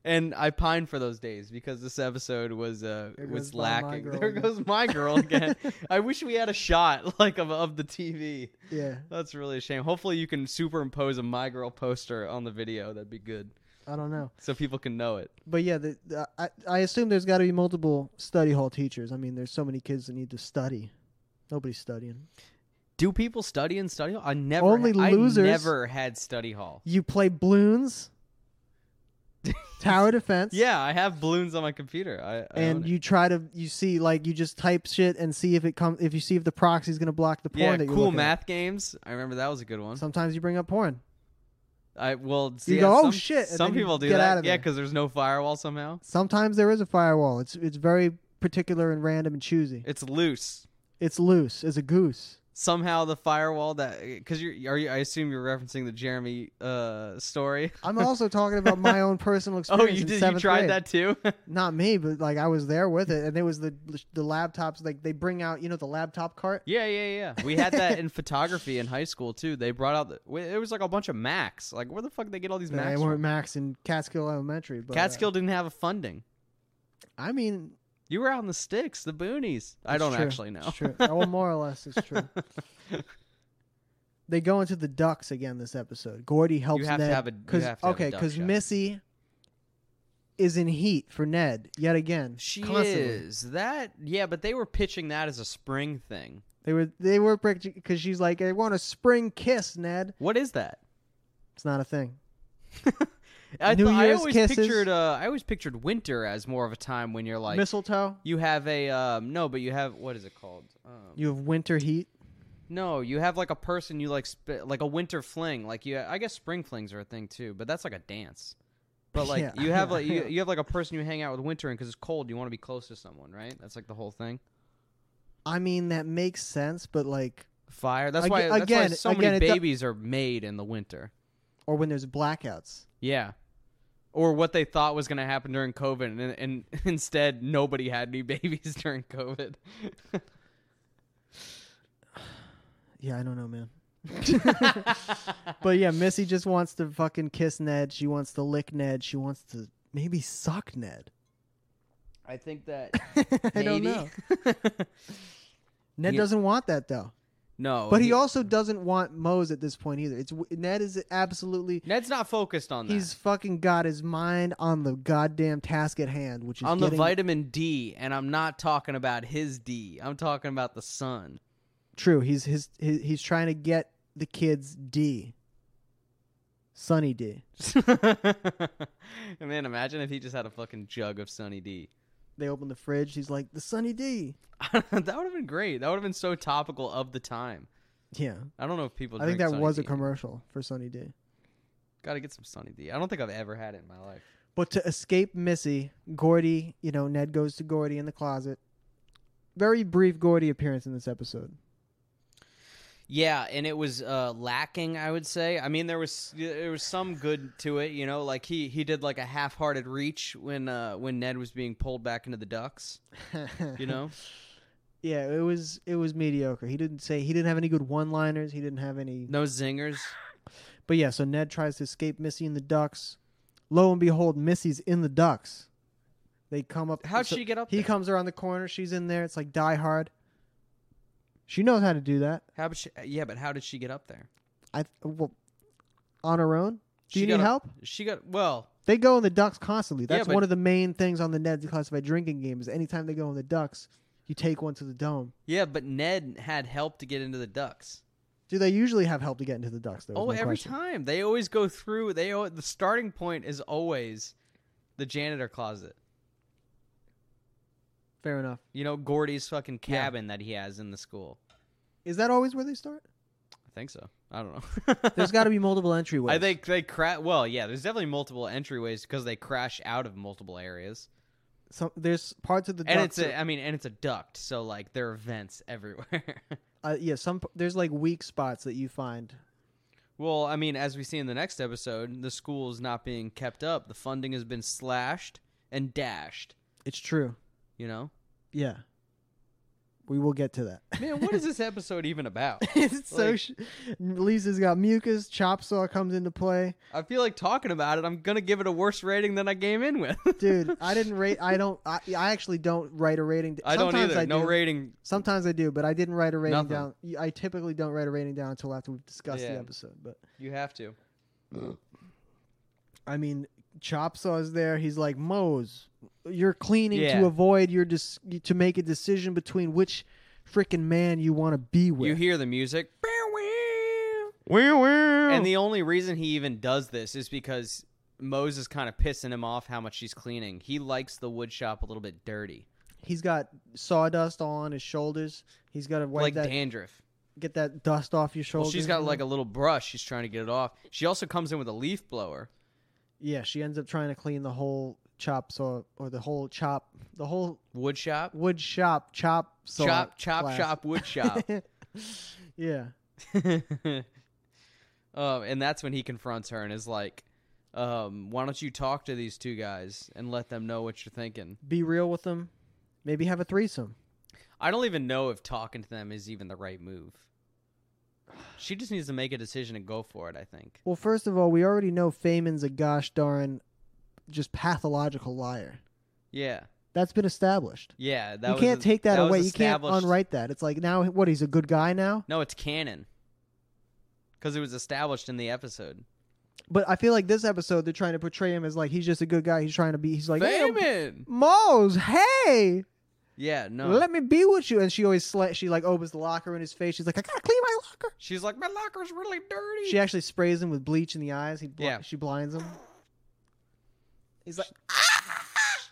S1: And I pine for those days because this episode was uh
S2: There
S1: was
S2: goes my- my
S1: lacking.
S2: girl
S1: There
S2: again.
S1: goes my girl again. I wish we had a shot like of of the TV.
S2: Yeah.
S1: That's really a shame. Hopefully, you can superimpose a My Girl poster on the video. That'd be good,
S2: I don't know.
S1: so people can know it.
S2: But yeah, the, the, I I assume there's got to be multiple study hall teachers. I mean, there's so many kids that need to study. Nobody's studying.
S1: Do people study in study hall? I never.
S2: Only
S1: I
S2: losers.
S1: never had study hall.
S2: You play balloons. tower defense.
S1: Yeah, I have balloons on my computer. I, I own
S2: and
S1: it.
S2: you try to you see like you just type shit and see if it comes if you see if the proxy's gonna block the porn
S1: yeah,
S2: that you're
S1: cool
S2: looking at.
S1: math games. I remember that was a good one.
S2: Sometimes you bring up porn.
S1: I well, see,
S2: go, "Oh,
S1: some,
S2: shit," and
S1: Some
S2: then you
S1: people do
S2: get
S1: that,
S2: out of
S1: yeah,
S2: there.
S1: because there's no firewall somehow.
S2: Sometimes there is a firewall. It's it's very particular and random and choosy.
S1: It's loose.
S2: It's loose as a goose.
S1: Somehow the firewall that because you're are you, I assume you're referencing the Jeremy uh story.
S2: I'm also talking about my own personal
S1: Oh,
S2: experience.
S1: you
S2: in
S1: did. You
S2: seventh
S1: tried
S2: grade.
S1: that too.
S2: Not me, but like I was there with it, and there was the the laptops. Like they bring out, you know, the laptop cart.
S1: yeah, yeah, yeah. We had that in photography in high school too. They brought out the, w- it was like a bunch of Macs. Like where the fuck did they get all these
S2: They
S1: Macs?
S2: weren't
S1: From?
S2: Max in Catskill Elementary, but uh,
S1: Catskill didn't have a funding.
S2: I mean,
S1: You were out in the sticks, the boonies. I
S2: it's
S1: don't
S2: true.
S1: actually know.
S2: It's true. Oh, more or less, it's true. they go into the ducks again this episode. Gordy helps
S1: have to
S2: Ned
S1: have a- you have to have a
S2: okay,
S1: duck shot.
S2: Missy is in heat for Ned yet again.
S1: She
S2: constantly.
S1: is that. Yeah, but they were pitching that as a spring thing.
S2: They were they were because she's like, I want a spring kiss, Ned.
S1: What is that?
S2: It's not a thing.
S1: I,
S2: New
S1: thought- I
S2: Year's
S1: always
S2: kisses.
S1: pictured uh, I always pictured winter as more of a time when you're like
S2: Mistletoe.
S1: you have a um, no, but you have what is it called? Um,
S2: You have winter heat.
S1: no, you have like a person you like sp- like a winter fling. Like you, I guess spring flings are a thing too, but that's like a dance. But like
S2: Yeah,
S1: you have
S2: yeah,
S1: like you,
S2: yeah.
S1: you have like a person you hang out with winter and because it's cold, you want to be close to someone, right? That's like the whole thing.
S2: I mean, that makes sense, but like,
S1: Fire. That's
S2: Aga-
S1: why. That's why
S2: again-
S1: so
S2: again,
S1: many
S2: it do-
S1: babies are made in the winter.
S2: or when there's blackouts.
S1: Yeah. Or what they thought was going to happen during COVID, and, and instead nobody had any babies during COVID.
S2: Yeah, I don't know, man. but yeah, Missy just wants to fucking kiss Ned. She wants to lick Ned. She wants to maybe suck Ned.
S1: I think that
S2: I don't know. Ned
S1: Yeah.
S2: doesn't want that though.
S1: no,
S2: But he also doesn't want Mose at this point either. It's w- Ned is absolutely
S1: Ned's not focused on that.
S2: he's fucking got his mind on the goddamn task at hand, which is
S1: on the
S2: getting-
S1: vitamin D, and I'm not talking about his D. I'm talking about the sun.
S2: True, he's his, his he's trying to get the kids D. Sunny D.
S1: Man, imagine if he just had a fucking jug of Sunny D.
S2: They open the fridge. He's like the Sunny D.
S1: that would have been great. That would have been so topical of the time.
S2: Yeah,
S1: I don't know if people.
S2: I think
S1: drink
S2: that
S1: Sunny
S2: was
S1: D.
S2: a commercial for Sunny D.
S1: Got to get some Sunny D. I don't think I've ever had it in my life.
S2: But to escape Missy, Gordy, you know, Ned goes to Gordy in the closet. Very brief Gordy appearance in this episode.
S1: Yeah, and it was uh, lacking, I would say. I mean, there was there was some good to it, you know. Like he he did like a half-hearted reach when uh, when Ned was being pulled back into the ducks, you know.
S2: Yeah, it was it was mediocre. He didn't say he didn't have any good one-liners. He didn't have any.
S1: No zingers.
S2: But yeah, so Ned tries to escape Missy and the Ducks. Lo and behold, Missy's in the Ducks. They come up.
S1: How'd
S2: so
S1: she get up?
S2: He
S1: there?
S2: comes around the corner. She's in there. It's like Die Hard. She knows how to do that.
S1: How did she, yeah, but how did she get up there?
S2: I well, on her own. Do
S1: She
S2: you
S1: got
S2: need
S1: up-
S2: help?
S1: She got well.
S2: They go in the ducks constantly.
S1: Yeah,
S2: That's
S1: but-
S2: one of the main things on the Ned Classified Drinking Game is anytime they go in the ducks, you take one to the dome.
S1: Yeah, but Ned had help to get into the ducks.
S2: Do they usually have help to get into the ducks? Though, is
S1: Oh,
S2: my
S1: every
S2: question.
S1: time they always go through. They al- the starting point is always the janitor closet.
S2: Fair enough.
S1: You know, Gordy's fucking
S2: Yeah.
S1: cabin that he has in the school.
S2: Is that always where they start?
S1: I think so. I don't know.
S2: There's got to be multiple entryways.
S1: I think they crash. Well, yeah, there's definitely multiple entryways because they crash out of multiple areas,
S2: Some, there's parts of the
S1: and
S2: ducks.
S1: it's a,
S2: that-
S1: I mean, and it's a duct, so like there are vents everywhere.
S2: uh, yeah, some there's like weak spots that you find.
S1: well, I mean, as we see in the next episode, the school is not being kept up. The funding has been slashed and dashed.
S2: It's true.
S1: You know,
S2: Yeah, we will get to that.
S1: man, what is this episode even about?
S2: it's so
S1: Like-
S2: sh- Lisa's got mucus. Chop saw comes into play.
S1: I feel like talking about it. I'm gonna give it a worse rating than I came in with,
S2: Dude, I didn't rate. I don't. I, I actually don't write a rating.
S1: I don't
S2: Sometimes
S1: either.
S2: I
S1: no
S2: do.
S1: rating.
S2: Sometimes I do, but I didn't write a rating
S1: Nothing.
S2: down. I typically don't write a rating down until after we've discussed the
S1: Yeah.
S2: episode. But
S1: You have to.
S2: I mean, Chop Saw's there. He's like, Mose, you're cleaning
S1: Yeah.
S2: to avoid your dis- to make a decision between which freaking man you want to be with.
S1: You hear the music.
S2: Wee, wee.
S1: And the only reason he even does this is because Mose is kind of pissing him off how much she's cleaning. He likes the wood shop a little bit dirty,
S2: He's got sawdust all on his shoulders. He's got to wipe
S1: like
S2: that,
S1: dandruff.
S2: get that dust off your shoulders.
S1: Well, she's got like a little brush. She's trying to get it off. She also comes in with a leaf blower.
S2: yeah. She ends up trying to clean the whole chop saw or the whole chop, the whole
S1: Wood shop,
S2: wood shop chop saw
S1: chop, chop,
S2: class.
S1: shop, wood shop.
S2: yeah,
S1: um, and that's when he confronts her and is like, um, "Why don't you talk to these two guys and let them know what you're thinking?"
S2: be real with them. Maybe have a threesome.
S1: I don't even know if talking to them is even the right move. She just needs to make a decision and go for it. I think.
S2: Well, first of all, we already know Feynman's a gosh darn, just pathological liar.
S1: Yeah,
S2: That's been established.
S1: yeah. That
S2: you
S1: was
S2: can't
S1: a-
S2: take that,
S1: was
S2: away. You can't
S1: established-
S2: unwrite that. It's like now what? He's a good guy now.
S1: No, it's canon. Because it was established in the episode.
S2: But I feel like this episode they're trying to portray him as like he's just a good guy. He's trying to be. He's like, hey,
S1: Feynman!
S2: Mose, hey,
S1: Yeah, no.
S2: let me be with you. And she always sla- she like opens the locker in his face. She's like, I gotta clean my locker.
S1: She's like, my locker's really dirty.
S2: She actually sprays him with bleach in the eyes. He bl-
S1: Yeah.
S2: she blinds him. He's like,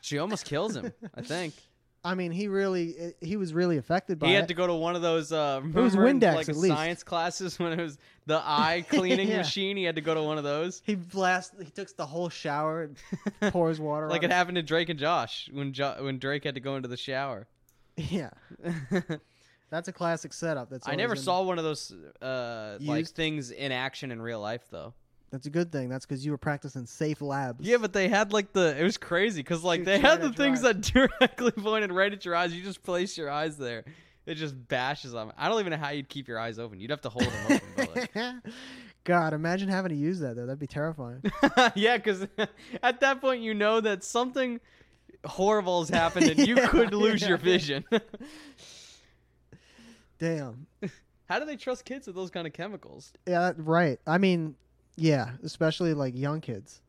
S1: she almost kills him, I think.
S2: I mean, he really he was really affected by
S1: he
S2: it.
S1: had to go to one of those. Uh, remember
S2: was
S1: in,
S2: Windex,
S1: like
S2: at least.
S1: science classes when it was the eye cleaning
S2: Yeah.
S1: machine. He had to go to one of those.
S2: He blasts. He takes the whole shower and pours water.
S1: Like it
S2: on
S1: happened to Drake and Josh when jo- when Drake had to go into the shower.
S2: it. Yeah, that's a classic setup. That's
S1: I
S2: always
S1: never
S2: been-
S1: saw one of those uh, like
S2: Used?
S1: things in action in real life though.
S2: That's a good thing. That's because you were practicing safe labs.
S1: Yeah, but they had like the it was crazy because like
S2: Dude,
S1: they
S2: try
S1: had
S2: to
S1: the things that directly pointed right at your eyes. You just place your eyes there. It just bashes them. I don't even know how you'd keep your eyes open. You'd have to hold them open. But,
S2: God, imagine having to use that though. That'd be terrifying.
S1: like- yeah, because at that point you know that something horrible has happened and you
S2: Yeah,
S1: could lose your
S2: yeah.
S1: vision.
S2: Damn.
S1: how do they trust kids with those kind of chemicals?
S2: Yeah, that- right. I mean, yeah, especially like young kids,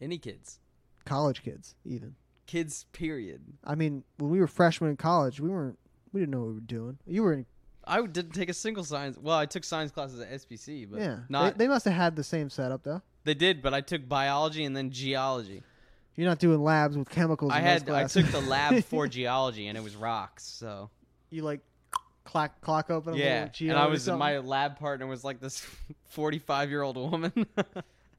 S1: Any kids,
S2: college kids, even.
S1: kids, period.
S2: I mean, when we were freshmen in college, we weren't. We didn't know what we were doing. You were in,
S1: I didn't take a single science. Well, I took science classes at SPC, but
S2: yeah.
S1: not
S2: they, they must have had the same setup though.
S1: they did. But I took biology and then geology.
S2: You're not doing labs with chemicals.
S1: I
S2: in those
S1: had I
S2: classes.
S1: took the lab for geology and it was rocks. So
S2: you like clock clock open. a
S1: yeah,
S2: little geo
S1: and I
S2: or
S1: was
S2: something.
S1: my lab partner was like this forty five year old woman.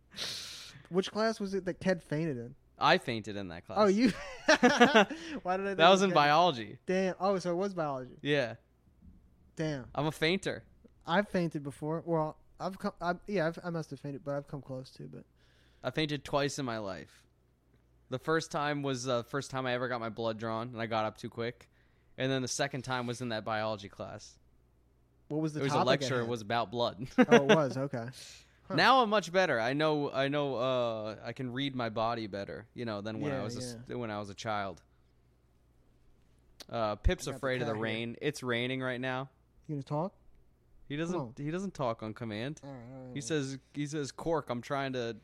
S2: Which class was it that Ted fainted in?
S1: I fainted in that class.
S2: Oh, you. Why did I? think
S1: that was
S2: it
S1: in
S2: Ted?
S1: biology.
S2: Damn. Oh, so it was biology.
S1: Yeah,
S2: Damn.
S1: I'm a fainter.
S2: I've fainted before. Well, I've come. I, yeah, I've, I must have fainted, but I've come close to. But
S1: I fainted twice in my life. The first time was the first time I ever got my blood drawn, and I got up too quick. And then the second time was in that biology class.
S2: what was the?
S1: it was a
S2: topic at
S1: lecture. It
S2: hand?
S1: was about blood.
S2: Oh, it was okay. Huh.
S1: Now I'm much better. I know. I know. Uh, I can read my body better. You know, than when I
S2: Yeah,
S1: was a s when I was a child. Uh, Pip's
S2: I got the
S1: afraid of the
S2: cat here.
S1: rain. It's raining right now.
S2: You gonna talk?
S1: He doesn't.
S2: on. Mm.
S1: He doesn't talk on command.
S2: All right, all right,
S1: He
S2: all
S1: says. He says, "Cork, I'm trying to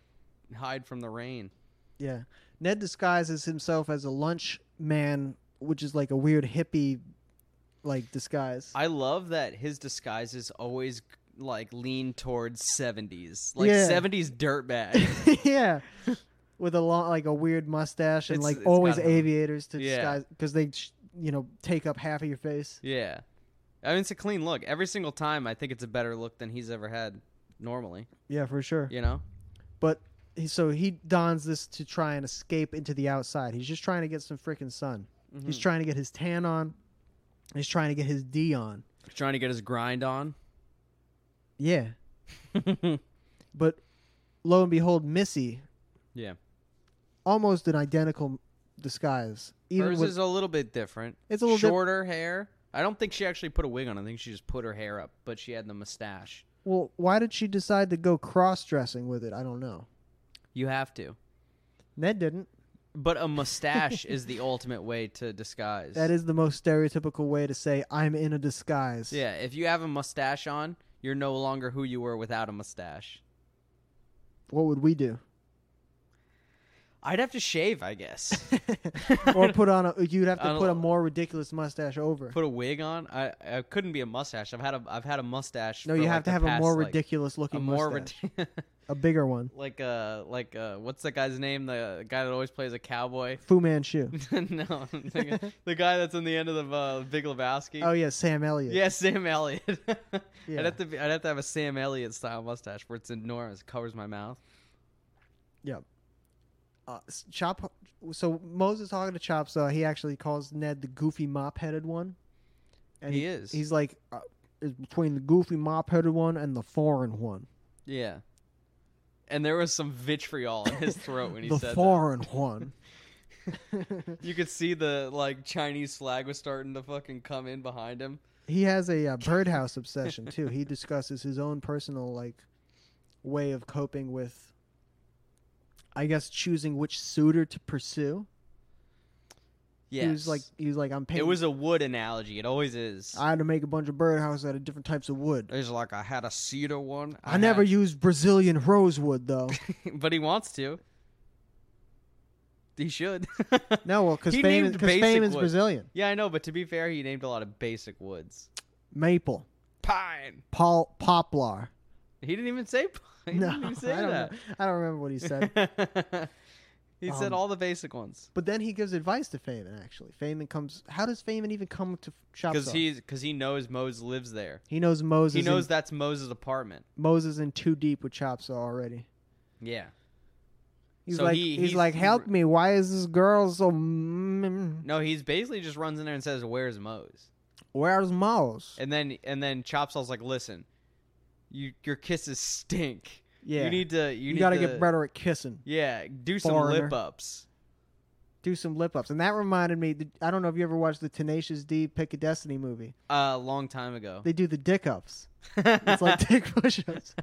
S1: hide from the rain."
S2: right. Yeah. Ned disguises himself as a lunch man, which is like a weird hippie, like disguise.
S1: I love that his disguises always like lean towards 70s, like
S2: Yeah.
S1: 70s dirtbag.
S2: yeah. With a long, like a weird mustache and
S1: It's-
S2: like
S1: it's
S2: always
S1: gotta-
S2: aviators to
S1: Yeah.
S2: disguise because they, sh- you know, take up half of your face.
S1: yeah, I mean it's a clean look every single time. I think it's a better look than he's ever had normally.
S2: Yeah, for sure.
S1: You know.
S2: But he, so he dons this to try and escape into the outside. He's just trying to get some freaking sun.
S1: Mm-hmm.
S2: He's trying to get his tan on. He's trying to get his D on.
S1: He's trying to get his grind on.
S2: Yeah. But lo and behold, Missy.
S1: Yeah.
S2: Almost an identical disguise. Even
S1: Hers
S2: with,
S1: is a little bit different.
S2: It's a little dif-
S1: shorter hair. I don't think she actually put a wig on. I think she just put her hair up, but she had the mustache.
S2: well, why did she decide to go cross dressing with it? I don't know.
S1: You have to.
S2: Ned didn't.
S1: But a mustache is the ultimate way to disguise.
S2: That is the most stereotypical way to say I'm in a disguise.
S1: Yeah, if you have a mustache on, you're no longer who you were without a mustache.
S2: What would we do?
S1: I'd have to shave, I guess.
S2: or put on a you'd have
S1: On
S2: to
S1: a-
S2: put a more ridiculous mustache over.
S1: put a wig on. I, I couldn't be a mustache. I've had a I've had a mustache.
S2: no,
S1: for,
S2: you
S1: like,
S2: have to
S1: the
S2: have a
S1: past,
S2: more
S1: like-
S2: ridiculous
S1: a
S2: looking
S1: more
S2: mustache,
S1: ridic-
S2: a bigger one.
S1: like uh like uh what's that guy's name? The guy that always plays a cowboy.
S2: Fu Manchu.
S1: no, I'm thinking- the guy that's in the end of the uh, Big Lebowski.
S2: Oh yeah, Sam Elliott.
S1: Yeah, Sam Elliott.
S2: Yeah.
S1: I'd have to be, I'd have to have a Sam Elliott style mustache where it's enormous, covers my mouth.
S2: Uh, s- Chop. So Moses talking to Chops. Uh, he actually calls Ned the goofy mop-headed one. And
S1: he, is.
S2: He's like uh, is between the goofy mop-headed one and the foreign one.
S1: yeah. And there was some vitriol in his throat when he
S2: the
S1: said
S2: foreign one.
S1: that. You could see the like Chinese flag was starting to fucking come in behind him.
S2: he has a uh, birdhouse obsession too. He discusses his own personal like way of coping with, I guess, choosing which suitor to pursue.
S1: Yes.
S2: He was like, he was like, I'm
S1: it
S2: painting.
S1: was a wood analogy. It always is.
S2: I had to make a bunch of birdhouses out of different types of wood.
S1: There's like I had a cedar one.
S2: I, never
S1: had-
S2: used Brazilian rosewood though.
S1: but he wants to. He should.
S2: No, well, because
S1: He
S2: fame,
S1: named
S2: is- 'cause
S1: basic
S2: fame is
S1: wood.
S2: Brazilian.
S1: Yeah, I know, but to be fair, he named a lot of basic woods.
S2: Maple,
S1: Pine.
S2: Paul, poplar.
S1: He didn't even say. He
S2: no,
S1: didn't even say
S2: I don't.
S1: that.
S2: Know. I don't remember what he said.
S1: he said
S2: Um,
S1: all the basic ones
S2: But then he gives advice to Feynman. Actually, Feynman comes. How does Feynman even come to shop?
S1: because he's because he knows Mose lives there.
S2: He knows Moses.
S1: He knows
S2: in,
S1: that's Mose's apartment.
S2: Moses in too deep with Chopsaw already.
S1: Yeah.
S2: He's
S1: So
S2: like,
S1: he-
S2: he's
S1: he-
S2: like,
S1: he-
S2: help me. Why is this girl so? Mm,
S1: No, he's basically just runs in there and says, "Where's Mose?"
S2: where's Moses?
S1: And then and then Chopsaw's like, "Listen, you your kisses stink.
S2: Yeah,
S1: You need to you,
S2: You
S1: need
S2: gotta
S1: to,
S2: get better at kissing.
S1: Yeah, do some
S2: Foreigner.
S1: lip ups.
S2: Do some lip ups. And that reminded me. th- I don't know if you ever watched the Tenacious D Pick a Destiny movie.
S1: A uh, long time ago.
S2: They do the dick ups. It's like dick push ups,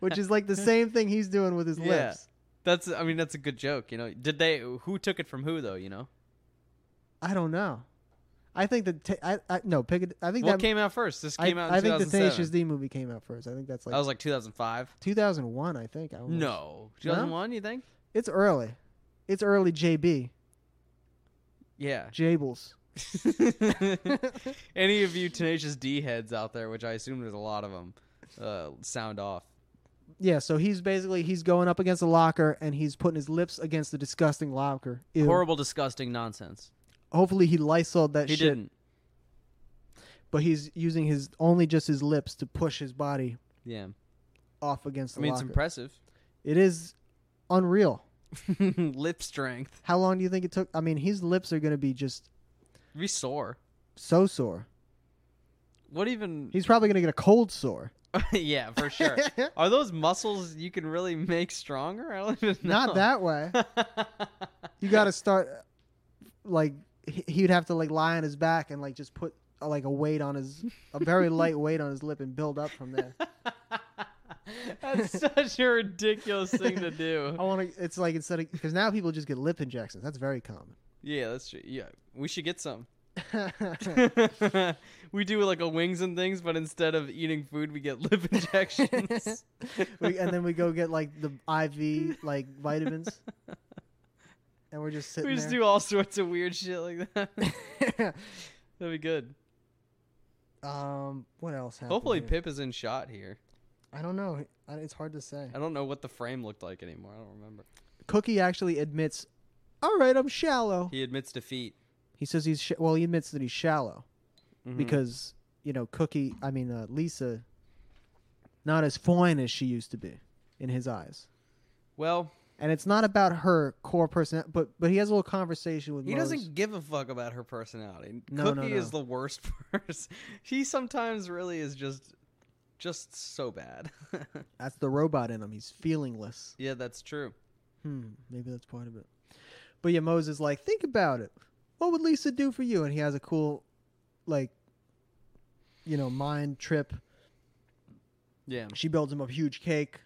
S2: which is like the same thing he's doing with his
S1: Yeah.
S2: lips.
S1: that's I mean that's a good joke. You know, did they who took it from who though? You know,
S2: I don't know. I think that t- I, I no pick. A, I think
S1: what
S2: that
S1: came out first? This came
S2: I,
S1: out.
S2: I
S1: In
S2: think the
S1: 2007.
S2: Tenacious D movie came out first. I think that's like
S1: that was like 2005.
S2: 2001. I think. I wanna
S1: No, 2001. You think?
S2: It's early. It's early JB.
S1: Yeah.
S2: Jables.
S1: Any of you tenacious D heads out there, which I assume there's a lot of them, uh, sound off.
S2: Yeah, so he's basically he's going up against a locker and he's putting his lips against the disgusting locker. Ew.
S1: Horrible, disgusting nonsense.
S2: Hopefully he lysoled that
S1: He
S2: shit.
S1: didn't.
S2: But he's using his only just his lips to push his body
S1: Yeah.
S2: off
S1: I
S2: against the
S1: mean, it's
S2: locker.
S1: impressive.
S2: it is unreal.
S1: Lip strength.
S2: How long do you think it took? I mean, his lips are gonna be just
S1: You'd Be sore.
S2: so sore.
S1: What even?
S2: He's probably gonna get a cold sore.
S1: yeah, for sure. Are those muscles you can really make stronger? I don't even know.
S2: Not that way. You got to start like he- he'd have to like lie on his back and like just put uh, like a weight on his a very light weight on his lip and build up from there.
S1: That's such a ridiculous thing to do.
S2: I want to. It's like instead of because now people just get lip injections. That's very common.
S1: Yeah, that's true. Yeah, we should get some. we do like a wings and things, but instead of eating food, we get lip injections.
S2: we, and then we go get like the IV like vitamins, and we're just sitting
S1: we just
S2: there.
S1: do all sorts of weird shit like that. That'd be good.
S2: um, what else? Happened
S1: Hopefully,
S2: here?
S1: Pip is in shot here.
S2: I don't know. I, it's hard to say.
S1: I don't know what the frame looked like anymore. I don't remember.
S2: Cookie actually admits, "All right, I'm shallow."
S1: He admits defeat
S2: He says he's sh- well. He admits that he's shallow.
S1: Mhm.
S2: because you know cookie i mean uh, lisa not as fine as she used to be in his eyes
S1: well,
S2: and it's not about her core person but but he has a little conversation with
S1: he
S2: Mose.
S1: doesn't give a fuck about her personality.
S2: No, no,
S1: Cookie is
S2: no.
S1: the worst person. she sometimes really is just, just so bad.
S2: that's the robot in him he's feelingless
S1: yeah, that's true.
S2: hmm maybe that's part of it but yeah moses is like think about it what would lisa do for you and he has a cool like you know mind trip
S1: Yeah,
S2: she builds him up huge cake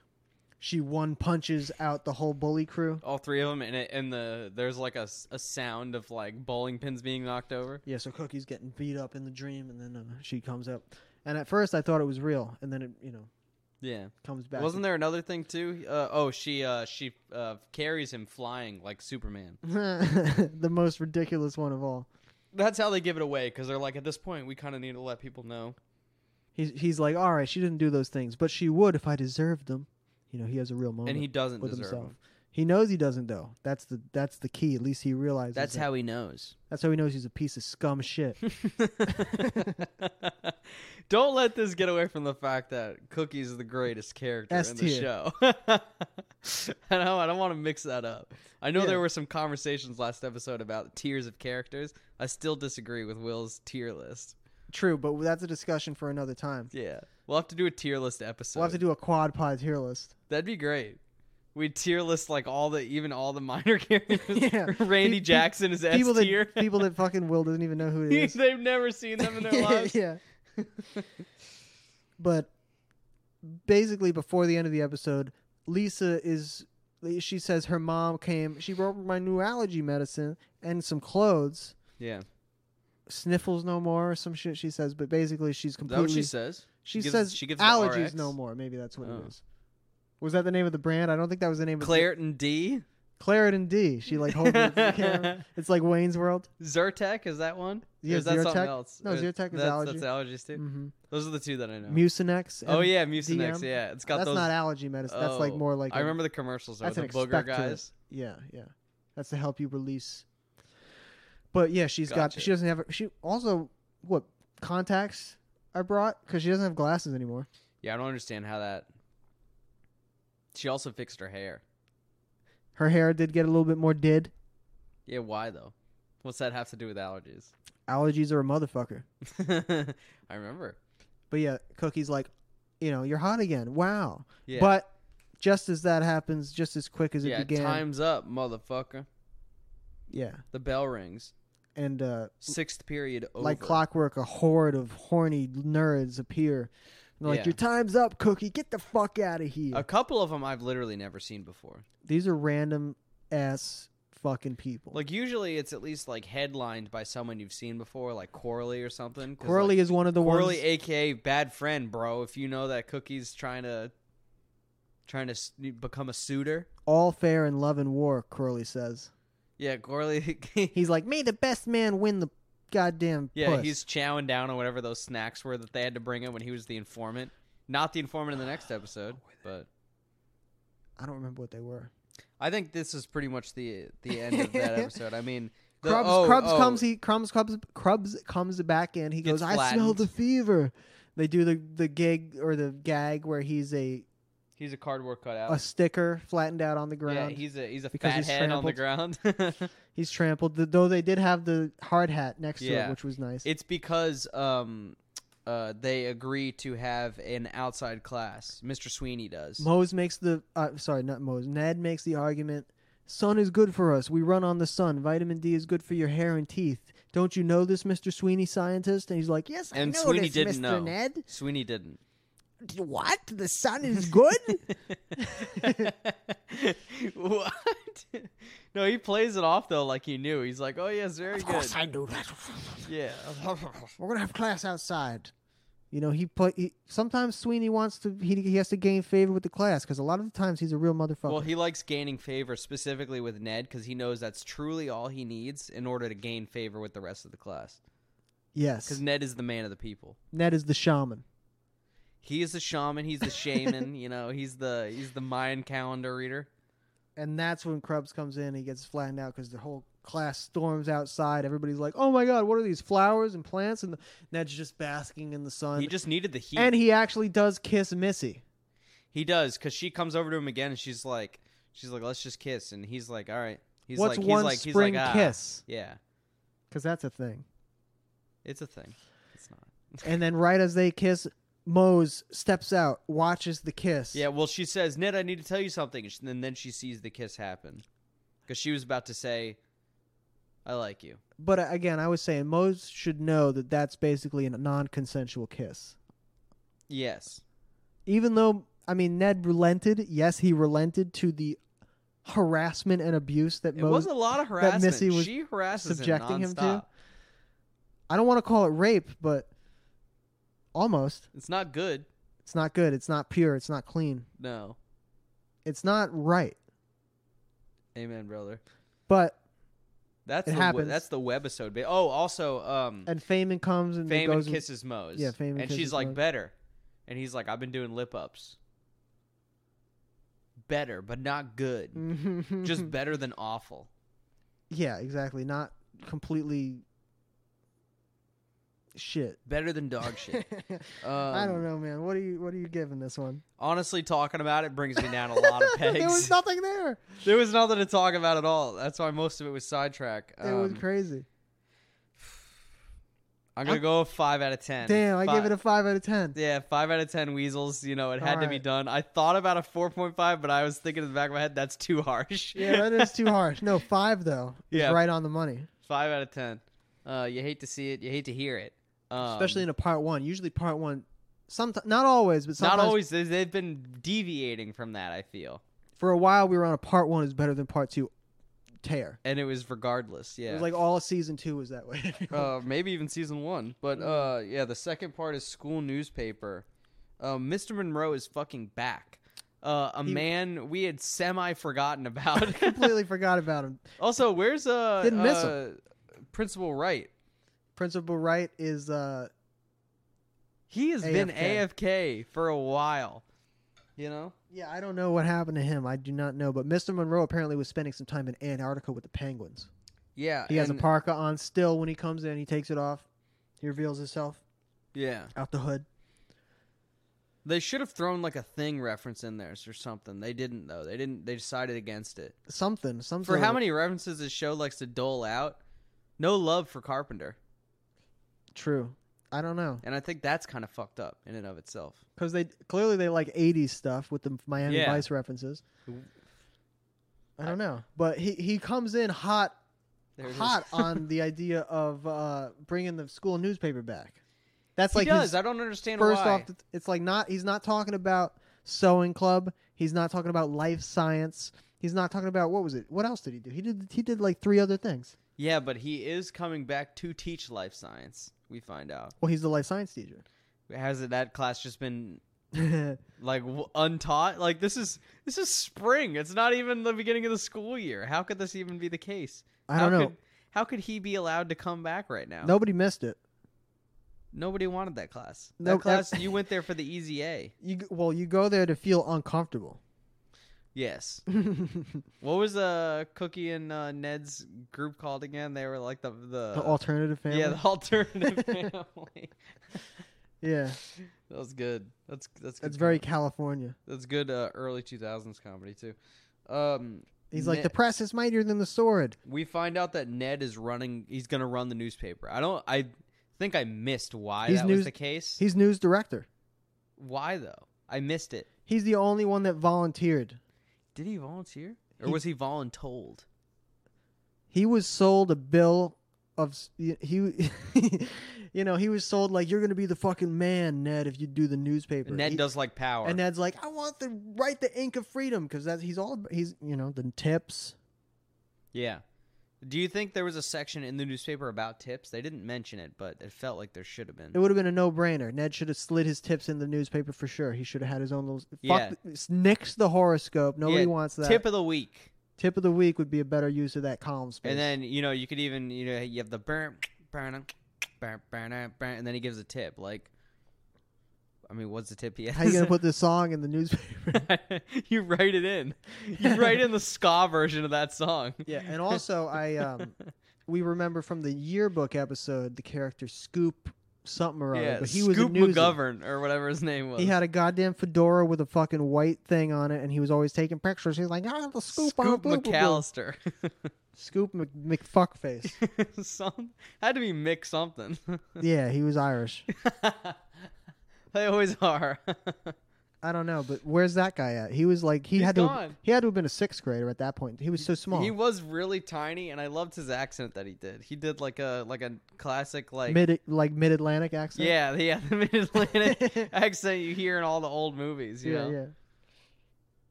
S2: she one punches out the whole bully crew
S1: all three of them, and it, and the there's like a, s- a sound of like bowling pins being knocked over.
S2: Yeah, so Cookie's getting beat up in the dream, and then uh, she comes up. And at first, I thought it was real, and then it, you know,
S1: Yeah.
S2: comes back.
S1: Wasn't there another thing too? Uh, oh, she uh, she uh, carries him flying like Superman.
S2: the most ridiculous one of all.
S1: That's how they give it away because they're like, at this point, we kind of need to let people know.
S2: He's he's like, all right, she didn't do those things, but she would if I deserved them. You know, he has a real moment
S1: And he doesn't
S2: with
S1: deserve
S2: himself.
S1: him.
S2: He knows he doesn't though. That's the that's the key. At least he realizes.
S1: That's
S2: that.
S1: how he knows.
S2: That's how he knows he's a piece of scum shit.
S1: Don't let this get away from the fact that Cookie's the greatest character
S2: S
S1: in the
S2: tier.
S1: show. I know I don't want to mix that up. I know
S2: Yeah.
S1: there were some conversations last episode about tiers of characters. I still disagree with Will's tier list.
S2: True, but that's a discussion for another time.
S1: Yeah. We'll have to do a tier list episode.
S2: We'll have to do a quad pod tier list.
S1: That'd be great. We tier list like all the even all the minor characters.
S2: Yeah.
S1: Randy
S2: Pe- pe-
S1: Jackson is S
S2: people
S1: tier.
S2: that people that fucking Will doesn't even know who it is.
S1: They've never seen them in their lives.
S2: yeah. but basically, before the end of the episode, Lisa is. She says her mom came. She brought my new allergy medicine and some clothes.
S1: Yeah.
S2: Sniffles no more, or some shit she says. But basically, she's
S1: Is that
S2: completely.
S1: what she says?
S2: she
S1: gives-
S2: says
S1: she gives the
S2: allergies
S1: RX?
S2: no more. Maybe that's what
S1: Oh.
S2: it is. Was that the name of the brand? I don't think that was the name of
S1: Claritin D.
S2: the Claritin D. She like holds it to the camera. It's like Wayne's World.
S1: Zyrtec is that one? Or
S2: Yeah,
S1: is that something
S2: Zyrtec.
S1: else?
S2: No,
S1: Or
S2: Zyrtec is
S1: that's,
S2: allergy.
S1: That's allergies too.
S2: hmm
S1: Those are the two that I know.
S2: Mucinex.
S1: oh
S2: and-
S1: yeah, Mucinex.
S2: DM?
S1: Yeah, it's got
S2: that's
S1: those.
S2: not allergy medicine. That's like
S1: oh,
S2: more like
S1: I
S2: a-
S1: remember the commercials. Are
S2: that's
S1: the
S2: an
S1: booger
S2: expectorant.
S1: guys?
S2: Yeah, yeah. That's to help you release. But yeah, she's
S1: Gotcha.
S2: got. She doesn't have. She also what contacts I brought because she doesn't have glasses anymore.
S1: Yeah, I don't understand how that. She also fixed her hair.
S2: Her hair did get a little bit more did.
S1: Yeah, why though? What's that have to do with allergies?
S2: Allergies are a motherfucker.
S1: I remember.
S2: But yeah, Cookie's like, you know, you're hot again. Wow.
S1: Yeah,
S2: But just as that happens, just as quick as it
S1: yeah,
S2: began.
S1: time's up, motherfucker.
S2: Yeah.
S1: The bell rings.
S2: And uh,
S1: Sixth period over.
S2: like clockwork, a horde of horny nerds appear. And they're
S1: Yeah.
S2: like, your time's up, Cookie. Get the fuck out of here.
S1: A couple of them I've literally never seen before.
S2: These are random ass fucking people.
S1: Like usually it's at least like headlined by someone you've seen before, like Corley or something. 'cause,
S2: Corley
S1: like,
S2: is one of the
S1: Corley,
S2: ones.
S1: aka bad friend, bro. If you know that Cookie's trying to trying to s- become a suitor,
S2: all fair in love and war. Corley says
S1: yeah, Corley.
S2: he's like, may the best man win the goddamn.
S1: yeah,
S2: puss."
S1: he's chowing down on whatever those snacks were that they had to bring him when he was the informant. Not the informant in the next episode, but
S2: I don't remember what they were.
S1: I think this is pretty much the the end of that episode. I mean, the,
S2: Krubs,
S1: oh,
S2: Krubs
S1: oh,
S2: comes. He Krubs, Krubs, Krubs comes back in. He
S1: Gets
S2: goes, I smell
S1: flattened.
S2: the fever. They do the the gig or the gag where he's a
S1: He's a cardboard cutout.
S2: a sticker flattened out on the
S1: yeah,
S2: ground.
S1: he's a he's a
S2: because
S1: fat
S2: he's
S1: head on the ground.
S2: he's trampled. th- though they did have the hard hat next to
S1: Yeah.
S2: it, which was nice.
S1: It's because um, uh, they agree to have an outside class. Mr. Sweeney does.
S2: Mose makes the uh, sorry, not Mose. Ned makes the argument. Sun is good for us. We run on the sun. Vitamin D is good for your hair and teeth. Don't you know this, Mister Sweeney scientist? And he's like, Yes,
S1: And
S2: I know
S1: Sweeney
S2: this,
S1: didn't
S2: Mr.
S1: know.
S2: Ned.
S1: Sweeney didn't.
S2: D- What? The sun is good?
S1: what? No, he plays it off though like he knew. He's like, "Oh yeah, it's very
S2: of
S1: good."
S2: course I do that.
S1: Yeah.
S2: We're gonna have class outside. You know, he put. He, sometimes Sweeney wants to. He, he has to gain favor with the class because a lot of the times he's a real motherfucker.
S1: Well, he likes gaining favor specifically with Ned because he knows that's truly all he needs in order to gain favor with the rest of the class. Because
S2: yes,
S1: Ned is the man of the people.
S2: Ned is the shaman.
S1: He is the shaman. He's the shaman. you know, he's the he's the Mayan calendar reader.
S2: and that's when Krebs comes in. He gets flattened out because the whole class storms outside. Everybody's like, "Oh my god, what are these flowers and plants?" And Ned's just basking in the sun.
S1: He just needed the heat.
S2: and he actually does kiss Missy.
S1: He does because she comes over to him again and she's like, she's like, let's just kiss, and he's like, all right. He's
S2: What's
S1: like,
S2: one
S1: he's like,
S2: spring
S1: he's like, ah.
S2: kiss?
S1: Yeah,
S2: Because that's a thing.
S1: it's a thing. It's not.
S2: and then right as they kiss, Mose steps out, watches the kiss.
S1: Yeah, well, she says, Ned, I need to tell you something, and sh- and then she sees the kiss happen because she was about to say, I like you.
S2: But uh, again, I was saying Mose should know that that's basically a non-consensual kiss.
S1: Yes.
S2: Even though I mean Ned relented. Yes, he relented to the harassment and abuse that
S1: It
S2: Mose
S1: was a lot of harassment.
S2: Missy was
S1: she harasses
S2: subjecting
S1: him,
S2: him to?
S1: nonstop.
S2: I don't want to call it rape, but almost.
S1: It's not good.
S2: It's not good. It's not pure. It's not clean.
S1: No.
S2: It's not right.
S1: Amen, brother.
S2: But
S1: That's
S2: It
S1: the we-
S2: happens.
S1: that's the webisode. ba- Oh, also um
S2: and Feynman comes and
S1: Fame and
S2: goes
S1: kisses Moe's.
S2: Yeah, Fame and
S1: she's
S2: kisses
S1: like
S2: Moe's.
S1: better. And he's like I've been doing lip ups. Better, but not good.
S2: Mm-hmm. and
S1: Just better than awful.
S2: yeah, exactly. Not completely shit.
S1: Better than dog shit.
S2: I
S1: Um,
S2: don't know, man. What are you What are you giving this one?
S1: Honestly, talking about it brings me down a lot of pegs.
S2: there was nothing there.
S1: There was nothing to talk about at all. That's why most of it was sidetrack.
S2: It was
S1: Um,
S2: crazy.
S1: I'm gonna go five out of ten.
S2: Damn, I
S1: Fi-
S2: gave it a five out of ten.
S1: Yeah, five out of ten weasels. You know, it had to be
S2: Alright.
S1: done. I thought about a four point five, but I was thinking in the back of my head, that's too harsh.
S2: Yeah, that is too harsh. No, five though. is
S1: Yeah.
S2: right on the money,
S1: five out of ten. Uh, you hate to see it. You hate to hear it. Um,
S2: especially in a part one. Usually, part one, sometimes not always, but sometimes
S1: not always. they- They've been deviating from that. I feel,
S2: for a while we were on a part one is better than part two tear.
S1: and it was regardless. Yeah.
S2: It was like all of season two was that way.
S1: uh, maybe even season one. But uh, yeah, the second part is school newspaper. Uh, Mr. Monroe is fucking back. Uh, a
S2: He-
S1: man we had semi forgotten about.
S2: Completely forgot about him.
S1: also, where's uh,
S2: Didn't miss him.
S1: uh, Principal Wright?
S2: Principal Wright is uh
S1: He has been
S2: AFK.
S1: AFK for a while. You know,
S2: yeah, I don't know what happened to him. I do not know, but Mr. Monroe apparently was spending some time in Antarctica with the penguins.
S1: yeah,
S2: He has a
S1: and-
S2: parka on still when he comes in. He takes it off. He reveals himself
S1: Yeah,
S2: out the hood.
S1: they should have thrown like a thing reference in there or something. They didn't though. They didn't. They decided against it.
S2: Something, something.
S1: For how many references this show likes to dole out, no love for Carpenter.
S2: True. I don't know
S1: And I think that's kind of fucked up in and of itself.
S2: because they clearly they like '80s stuff with the Miami
S1: Yeah.
S2: Vice references.
S1: W-
S2: I don't know, but he he comes in hot
S1: There it is.
S2: hot on the idea of uh, bringing the school newspaper back. That's
S1: he
S2: like
S1: does.
S2: his
S1: I don't understand
S2: first
S1: why.
S2: off. th- It's like not he's not talking about sewing club. He's not talking about life science. He's not talking about what was it? What else did he do? He did he did like three other things.
S1: yeah, but he is coming back to teach life science. We find out.
S2: Well, he's the life science teacher.
S1: Has it that class just been
S2: yeah,
S1: like w- untaught? Like this is this is spring. It's not even the beginning of the school year. How could this even be the case?
S2: I
S1: How
S2: don't know.
S1: Could, how could he be allowed to come back right now?
S2: nobody missed it.
S1: Nobody wanted that class. That
S2: Nope, that-
S1: class you went there for the easy A.
S2: You g- well, you go there to feel uncomfortable.
S1: Yes. What was uh Cookie and uh, Ned's group called again? They were like the the,
S2: the alternative family.
S1: Uh, yeah the alternative family.
S2: yeah.
S1: That was good. That's that's good
S2: That's very
S1: com-
S2: California.
S1: that's good uh, early two thousands comedy too. Um,
S2: He's like
S1: Ne-
S2: the press is mightier than the sword.
S1: we find out that Ned is running. He's gonna run the newspaper. I don't. I think I missed why
S2: He's
S1: that was
S2: news-
S1: the case.
S2: He's news director.
S1: Why though? I missed it.
S2: He's the only one that volunteered.
S1: Did he volunteer or
S2: He-
S1: was he voluntold?
S2: He was sold a bill of s- y- he, you know, he was sold like you're gonna be the fucking man, Ned, if you do the newspaper.
S1: Ned
S2: He-
S1: does like power.
S2: And Ned's like, I want to write the ink of freedom because that's he's all ab- he's you know the tips.
S1: yeah. Do you think there was a section in the newspaper about tips? They didn't mention it, but it felt like there should have been.
S2: It would have been a no brainer. Ned should have slid his tips in the newspaper for sure. He should have had his own little
S1: Yeah.
S2: fuck. th- Nix the horoscope. Nobody
S1: Yeah,
S2: wants that.
S1: Tip of the week.
S2: Tip of the week would be a better use of that column space.
S1: And then, you know, you could even, you know, you have the burn, burn, burn, burn, burn, and then he gives a tip. Like, I mean, what's the tip he has?
S2: how you gonna put this song in the newspaper?
S1: you write it in. You write in the ska version of that song.
S2: yeah, and also I um, we remember from the yearbook episode the character Scoop something or other,
S1: yeah,
S2: but he was a
S1: Scoop
S2: newsie.
S1: McGovern or whatever his name was.
S2: He had a goddamn fedora with a fucking white thing on it, and he was always taking pictures. He's like, ah, the scoop, on
S1: Scoop
S2: blah, blah, blah."
S1: McAllister.
S2: Scoop Mc- McFuckface.
S1: Some had to be Mick something.
S2: yeah, he was Irish.
S1: they always are.
S2: I don't know, but where's that guy at? He was like he
S1: He's
S2: had to
S1: gone.
S2: he had to have been a sixth grader at that point. He was so small,
S1: He was really tiny, and I loved his accent that he did. He did like a like a classic like
S2: mid like mid Atlantic accent.
S1: yeah yeah the Mid Atlantic accent you hear in all the old movies. You
S2: yeah,
S1: know?
S2: yeah.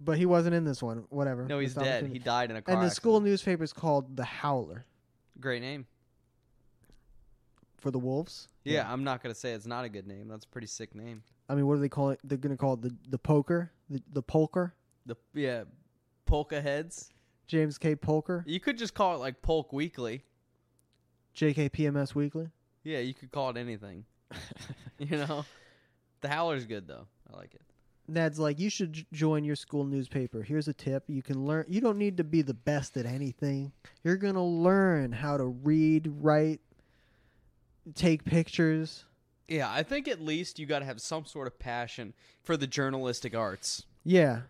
S2: But he wasn't in this one. Whatever.
S1: No, he's
S2: Missed
S1: dead.
S2: opportunity.
S1: He died in a car.
S2: and the
S1: accident.
S2: school newspaper is called The Howler.
S1: Great name.
S2: for the wolves.
S1: Yeah, I'm not gonna say it's not a good name. That's a pretty sick name.
S2: I mean, what do they call it? They're gonna call it the the poker, the the polker.
S1: The yeah, polka heads.
S2: James K. Polker,
S1: You could just call it like Polk Weekly.
S2: JKPMS Weekly.
S1: Yeah, you could call it anything. you know, the Howler's good though. I like it.
S2: Ned's like, you should j- join your school newspaper. Here's a tip: you can learn. You don't need to be the best at anything. You're gonna learn how to read, write, take pictures.
S1: Yeah, I think at least you got to have some sort of passion for the journalistic arts.
S2: Yeah.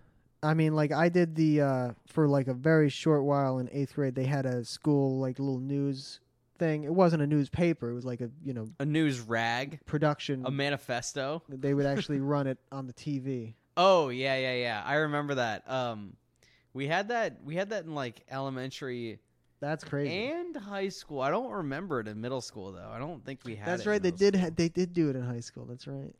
S2: I mean, like I did the uh for like a very short while in eighth grade. They had a school like little news thing. It wasn't a newspaper. It was like a you know
S1: A news rag,
S2: production.
S1: a manifesto.
S2: they would actually run it on the TV.
S1: Oh yeah, yeah, yeah. I remember that. Um, we had that. We had that in like elementary
S2: That's crazy.
S1: and high school. I don't remember it in middle school though. I don't think we had.
S2: That's
S1: it in
S2: right. They
S1: middle
S2: did.
S1: school.
S2: Ha- they did do it in high school. That's right.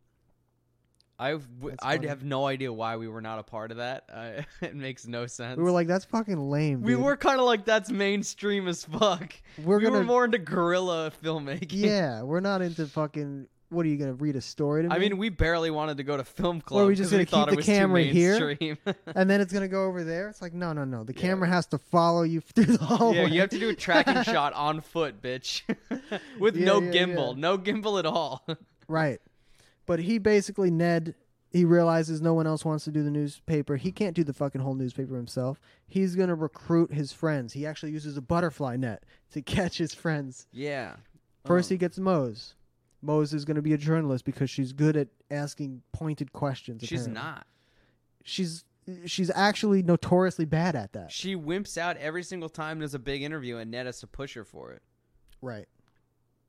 S1: I w-
S2: That's
S1: I
S2: funny.
S1: have no idea why we were not a part of that. Uh, it makes no sense.
S2: We were like, that's fucking lame.
S1: we
S2: dude.
S1: were kind of like that's mainstream as fuck.
S2: We're
S1: we
S2: gonna.
S1: were more into guerrilla filmmaking.
S2: yeah, we're not into fucking. What are you gonna read a story to me?
S1: I mean, we barely wanted to go to film club.
S2: we just
S1: 'cause
S2: gonna
S1: thought
S2: keep
S1: it
S2: the
S1: was too
S2: camera here?
S1: mainstream.
S2: and then it's gonna go over there. It's like, no, no, no. The
S1: Yeah.
S2: camera has to follow you through the hallway.
S1: yeah, you have to do a tracking shot on foot, bitch, with
S2: Yeah,
S1: no
S2: yeah,
S1: gimbal, no gimbal at all.
S2: Right. But he basically Ned he realizes no one else wants to do the newspaper. He can't do the fucking whole newspaper himself. He's going to recruit his friends. He actually uses a butterfly net to catch his friends.
S1: yeah.
S2: First
S1: Um,
S2: he gets Mose. Mose is going to be a journalist because she's good at asking pointed questions.
S1: she's
S2: apparently.
S1: not.
S2: She's she's actually notoriously bad at that.
S1: She wimps out every single time there's a big interview, and Ned has to push her for it.
S2: Right.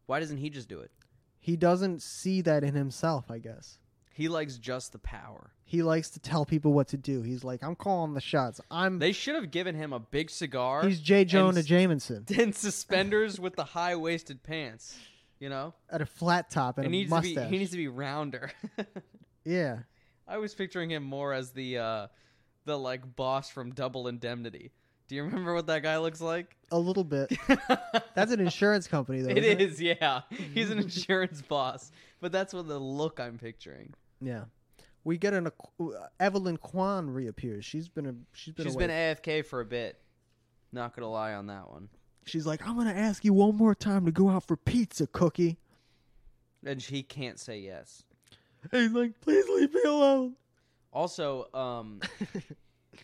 S1: Why doesn't he just do it?
S2: He doesn't see that in himself, I guess.
S1: He likes just the power.
S2: He likes to tell people what to do. He's like, I'm calling the shots. I'm
S1: They should have given him a big cigar
S2: Mm. He's J. Jonah
S1: s-
S2: Jameson.
S1: and suspenders with the high waisted pants. You know,
S2: at a flat top and
S1: it
S2: a
S1: needs
S2: mustache.
S1: to be he needs to be rounder.
S2: yeah,
S1: I was picturing him more as the uh the like boss from Double Indemnity. Do you remember what that guy looks like?
S2: a little bit. That's an insurance company, though.
S1: it
S2: isn't
S1: is, yeah. He's an insurance boss, but that's what the look I'm picturing.
S2: Yeah, we get an Aqu- Evelyn Kwan reappears. She's been a she's been
S1: She's
S2: away.
S1: been AFK for a bit. Not gonna lie on that one.
S2: she's like, I'm gonna ask you one more time to go out for pizza, Cookie.
S1: And she can't say yes.
S2: And he's like, please leave me alone.
S1: Also, um,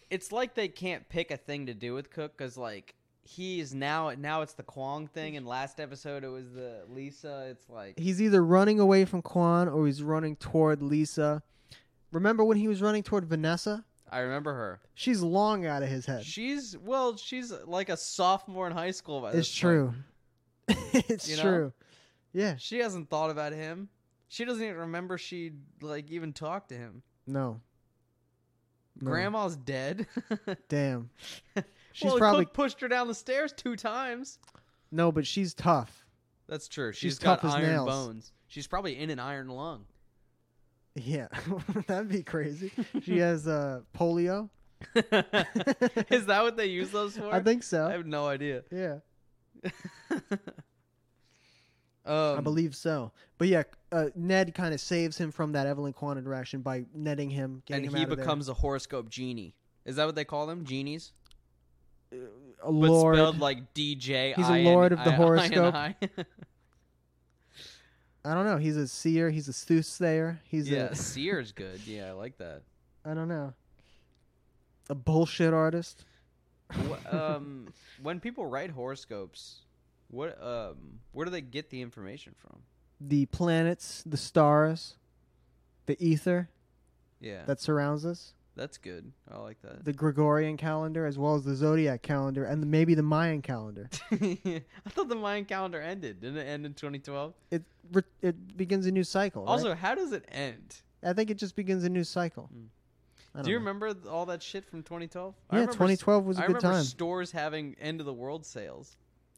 S1: it's like they can't pick a thing to do with Cook because like he's now now it's the Kwong thing, and last episode it was the Lisa. It's like
S2: He's either running away from Kwan or he's running toward Lisa. Remember when he was running toward Vanessa?
S1: I remember her.
S2: She's long out of his head.
S1: She's well, she's like a sophomore in high school. By this
S2: it's true. it's
S1: You know?
S2: true. Yeah.
S1: point. She hasn't thought about him. She doesn't even remember she like even talked to him.
S2: No. No.
S1: Grandma's dead.
S2: Damn. She's
S1: well,
S2: probably
S1: Cook pushed her down the stairs two times.
S2: No, but she's tough.
S1: That's true.
S2: She's
S1: she's got
S2: tough as
S1: iron
S2: nails.
S1: bones. She's probably in an iron lung.
S2: Yeah, that'd be crazy. She has uh, polio.
S1: Is that what they use those for?
S2: I think so.
S1: I have no idea.
S2: yeah,
S1: um,
S2: I believe so. But yeah, uh, Ned kind of saves him from that Evelyn Quan interaction by netting him, getting
S1: And
S2: him
S1: he
S2: out of there.
S1: becomes a horoscope genie. Is that what they call them? Genies?
S2: a
S1: But
S2: lord.
S1: spelled like DJ.
S2: He's a lord of the horoscope.
S1: I,
S2: I don't know. He's a seer. He's a soothsayer. He's
S1: yeah,
S2: a
S1: Seer's good. Yeah, I like that.
S2: I don't know. A bullshit artist.
S1: Wh- um, when people write horoscopes, what um, where do they get the information from?
S2: The planets, the stars, the ether
S1: Yeah,
S2: that surrounds us,
S1: that's good. I like that.
S2: the Gregorian calendar, as well as the zodiac calendar, and the, maybe the Mayan calendar.
S1: I thought the Mayan calendar ended. Didn't it end in 2012?
S2: it re- it begins a new cycle. right?
S1: Also, how does it end?
S2: I think it just begins a new cycle.
S1: Mm.
S2: I don't
S1: Do you
S2: know.
S1: remember th- all that shit from 2012? I
S2: Yeah,
S1: remember s-
S2: 2012 was a
S1: I
S2: good
S1: remember
S2: time.
S1: stores having end of the world sales.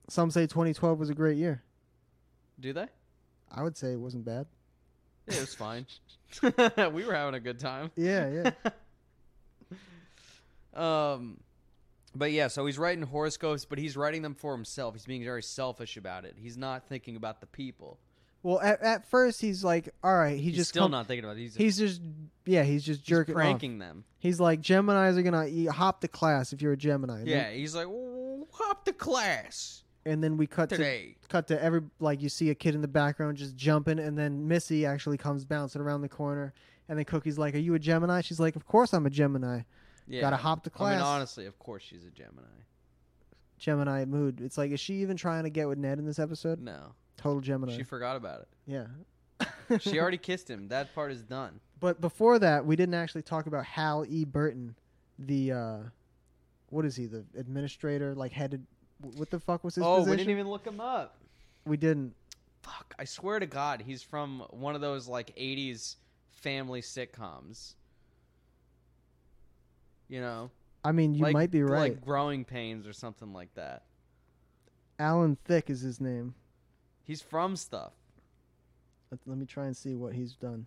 S2: Some say 2012 was a great year.
S1: Do they?
S2: I would say it wasn't bad.
S1: Yeah, it was fine. we were having a good time.
S2: Yeah, yeah.
S1: um, but yeah, so he's writing horoscopes, but he's writing them for himself. He's being very selfish about it. He's not thinking about the people.
S2: Well, at, at first he's like, all right, he
S1: He's
S2: just
S1: still
S2: come-
S1: not thinking about it. He's,
S2: He's just yeah, he's just
S1: he's
S2: jerking. off.
S1: pranking them.
S2: He's like Gemini's are gonna e- hop the class if you're a Gemini. And
S1: Yeah,
S2: then-
S1: he's like, "Well, hop the class
S2: and then we cut to
S1: today.
S2: cut to every like you see a kid in the background just jumping, and then Missy actually comes bouncing around the corner, and then Cookie's like, "Are you a Gemini?" She's like, "Of course I'm a Gemini.
S1: Yeah,
S2: Gotta hop the
S1: I
S2: class."
S1: mean, honestly, of course she's a Gemini.
S2: Gemini mood. It's like, is she even trying to get with Ned in this episode?
S1: No,
S2: Total Gemini.
S1: she forgot about it.
S2: yeah.
S1: She already kissed him. That part is done.
S2: But before that, we didn't actually talk about Hal E. Burton, the uh, what is he? The administrator, like headed. What the fuck was his
S1: oh,
S2: position?
S1: we didn't even look him up.
S2: we didn't.
S1: Fuck! I swear to God, he's from one of those like '80s family sitcoms. You know,
S2: I mean, you
S1: Like-
S2: might be right.
S1: like Growing Pains or something like that.
S2: Alan Thick is his name.
S1: He's from stuff.
S2: Let, let me try and see what he's done.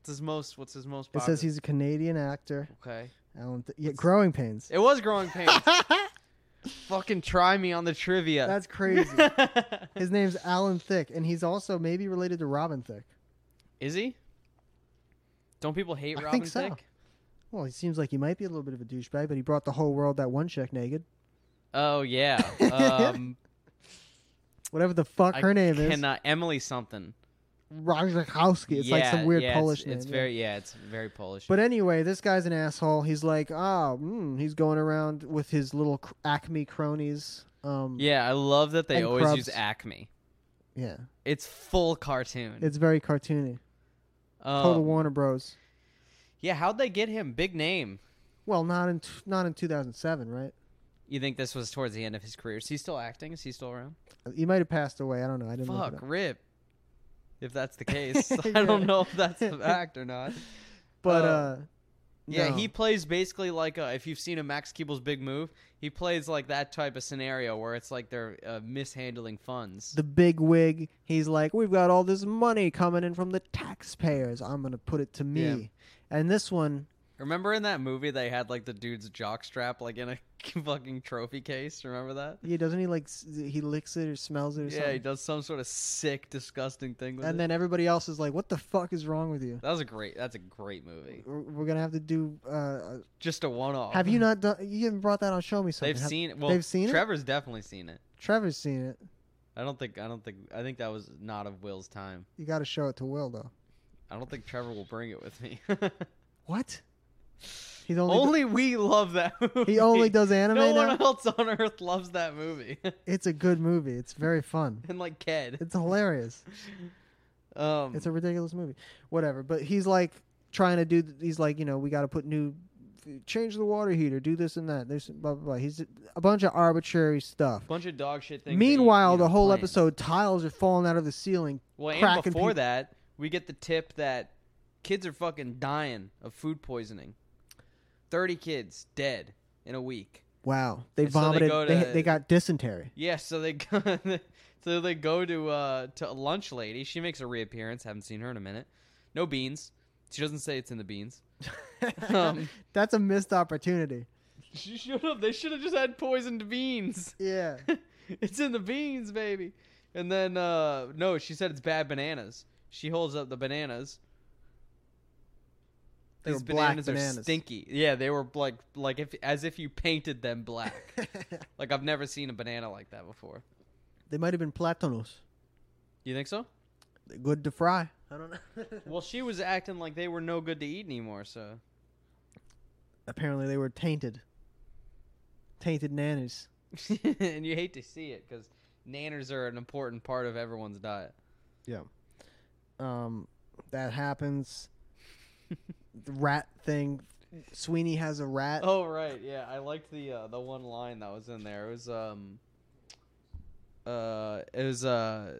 S1: It's his most. What's his most?
S2: It
S1: Popular?
S2: says he's a Canadian actor.
S1: okay.
S2: Alan, Th- yeah,
S1: What's-
S2: Growing Pains.
S1: It was Growing Pains. Fucking try me on the trivia.
S2: That's crazy. his name's Alan Thick, and he's also maybe related to Robin Thick.
S1: Is he? Don't people hate
S2: I
S1: Robin
S2: think so.
S1: Thicke?
S2: Well, he seems like he might be a little bit of a douchebag, but he brought the whole world that one check naked.
S1: Oh yeah. Um,
S2: Whatever the fuck her
S1: I
S2: name is.
S1: cannot Emily something.
S2: Rajakowski. It's like some weird
S1: yeah,
S2: Polish
S1: it's,
S2: name.
S1: It's
S2: yeah.
S1: very yeah, it's very Polish.
S2: But anyway, this guy's an asshole. He's like, oh, mm, he's going around with his little cr- Acme cronies. Um, yeah.
S1: yeah, I love that they
S2: and
S1: always use
S2: Krabs.
S1: Acme. It's full cartoon.
S2: it's very cartoony.
S1: Um,
S2: Total Warner Bros.
S1: Yeah, how'd they get him? Big name.
S2: Well, not in t- not in 2007, right?
S1: You think this was towards the end of his career? Is he still acting? Is he still around?
S2: He might have passed away. I don't know. I didn't look
S1: Fuck,
S2: it up.
S1: rip. If that's the case, I
S2: Yeah.
S1: don't know if that's the fact or not.
S2: But
S1: Oh.
S2: uh,
S1: Yeah,
S2: no.
S1: he plays basically like a, if you've seen a Max Keeble's Big Move, he plays like that type of scenario where it's like they're uh, mishandling funds.
S2: the big wig. He's like, we've got all this money coming in from the taxpayers. I'm gonna put it to me.
S1: Yeah.
S2: And this one,
S1: Remember in that movie they had like the dude's jockstrap like in a fucking trophy case? Remember that?
S2: yeah, doesn't he like s- he licks it or smells it or
S1: Yeah, he
S2: something?
S1: does some sort of sick, disgusting thing with
S2: and
S1: it.
S2: then everybody else is like, what the fuck is wrong with you?
S1: that was a great. That's a great movie.
S2: We're we're gonna have to do. Uh, uh,
S1: Just a one-off.
S2: have you not done? You haven't brought that on. Show me
S1: Uh-huh.
S2: something.
S1: They've
S2: Have-
S1: seen. Well,
S2: they've seen it?
S1: Trevor's definitely seen it.
S2: Trevor's seen it.
S1: I don't think. I don't think. I think that was not of Will's time.
S2: You got to show it to Will though.
S1: I don't think Trevor will bring it with me.
S2: What? He's only.
S1: only we love that movie.
S2: he only does anime
S1: No
S2: now.
S1: one else on earth loves that movie.
S2: It's a good movie. It's very fun.
S1: and like Ked.
S2: It's hilarious.
S1: Um,
S2: It's a ridiculous movie. Whatever. But he's like trying to do. th- He's like, you know, we got to put new, change the water heater, do this and that. There's blah blah blah. He's a bunch of arbitrary stuff.
S1: bunch of dog shit things. that eat,
S2: Meanwhile,
S1: you
S2: the
S1: know,
S2: whole
S1: planes.
S2: episode, tiles are falling out of the ceiling.
S1: Well, and
S2: cracking
S1: before
S2: peop-
S1: that, we get the tip that kids are fucking dying of food poisoning. Thirty kids dead in a week.
S2: Wow, they
S1: And so they
S2: vomited.
S1: go
S2: they,
S1: to-
S2: they got dysentery.
S1: Yeah, so they go, so they go to uh to a lunch lady. She makes a reappearance. Haven't seen her in a minute. No beans. She doesn't say it's in the beans. Um.
S2: That's a missed opportunity.
S1: She should have. They should have just had poisoned beans.
S2: Yeah.
S1: it's in the beans, baby. And then uh no, she said it's bad bananas. She holds up the bananas.
S2: They were
S1: These
S2: black
S1: bananas, are
S2: bananas.
S1: stinky. Yeah, they were like like if as if you painted them black. like I've never seen a banana like that before.
S2: they might have been platanos.
S1: You think so?
S2: They're good to fry. I don't know.
S1: Well, she was acting like they were no good to eat anymore, so
S2: Apparently, they were tainted. Tainted nannies.
S1: and you hate to see it cuz nanners are an important part of everyone's diet.
S2: Um, that happens. the rat thing. Sweeney has a rat.
S1: Oh right, yeah. I liked the uh, the one line that was in there. It was um uh it was uh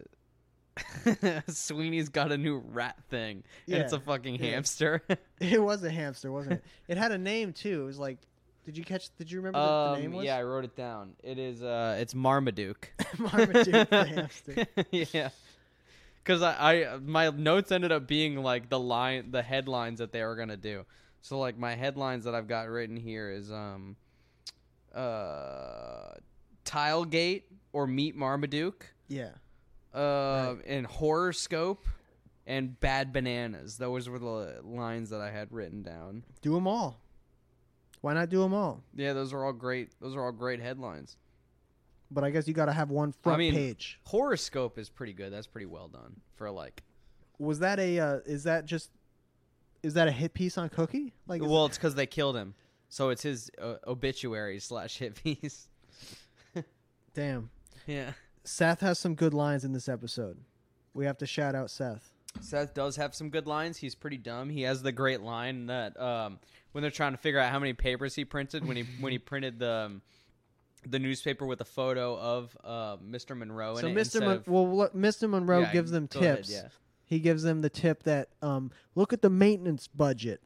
S1: Sweeney's got a new rat thing. And it's
S2: Yeah,
S1: a fucking
S2: yeah.
S1: hamster.
S2: It was a hamster, wasn't it? It had a name too. It was like, did you catch? Did you remember what the name
S1: um
S2: was?
S1: yeah, I wrote it down. It is uh it's Marmaduke.
S2: Marmaduke the hamster.
S1: yeah. Cause I, I my notes ended up being like the line the headlines that they were gonna do. So like my headlines that I've got written here is um uh Tilegate or Meet Marmaduke.
S2: Yeah.
S1: uh, and horoscope and bad bananas. Those were the lines that I had written down.
S2: Do them all. Why not do them all?
S1: Yeah, those are all great. Those are all great headlines.
S2: But I guess you got to have one front
S1: mean-
S2: page.
S1: Horoscope is pretty good. That's pretty well done for like.
S2: Was that a? Uh, is that just? Is that a hit piece on Cookie? Like, is-
S1: Well, it's because they killed him, so it's his uh, obituary slash hit piece.
S2: damn.
S1: yeah,
S2: Seth has some good lines in this episode. We have to shout out Seth.
S1: Seth does have some good lines. He's pretty dumb. He has the great line that um, when they're trying to figure out how many papers he printed when he when he printed the. um, the newspaper with a photo of uh, Mr. Monroe in
S2: So
S1: it.
S2: Mr.
S1: instead
S2: Mon-
S1: of-
S2: well, what- Mr. Monroe
S1: Yeah,
S2: gives them
S1: go ahead,
S2: tips.
S1: yeah.
S2: He gives them the tip that um, look at the maintenance budget,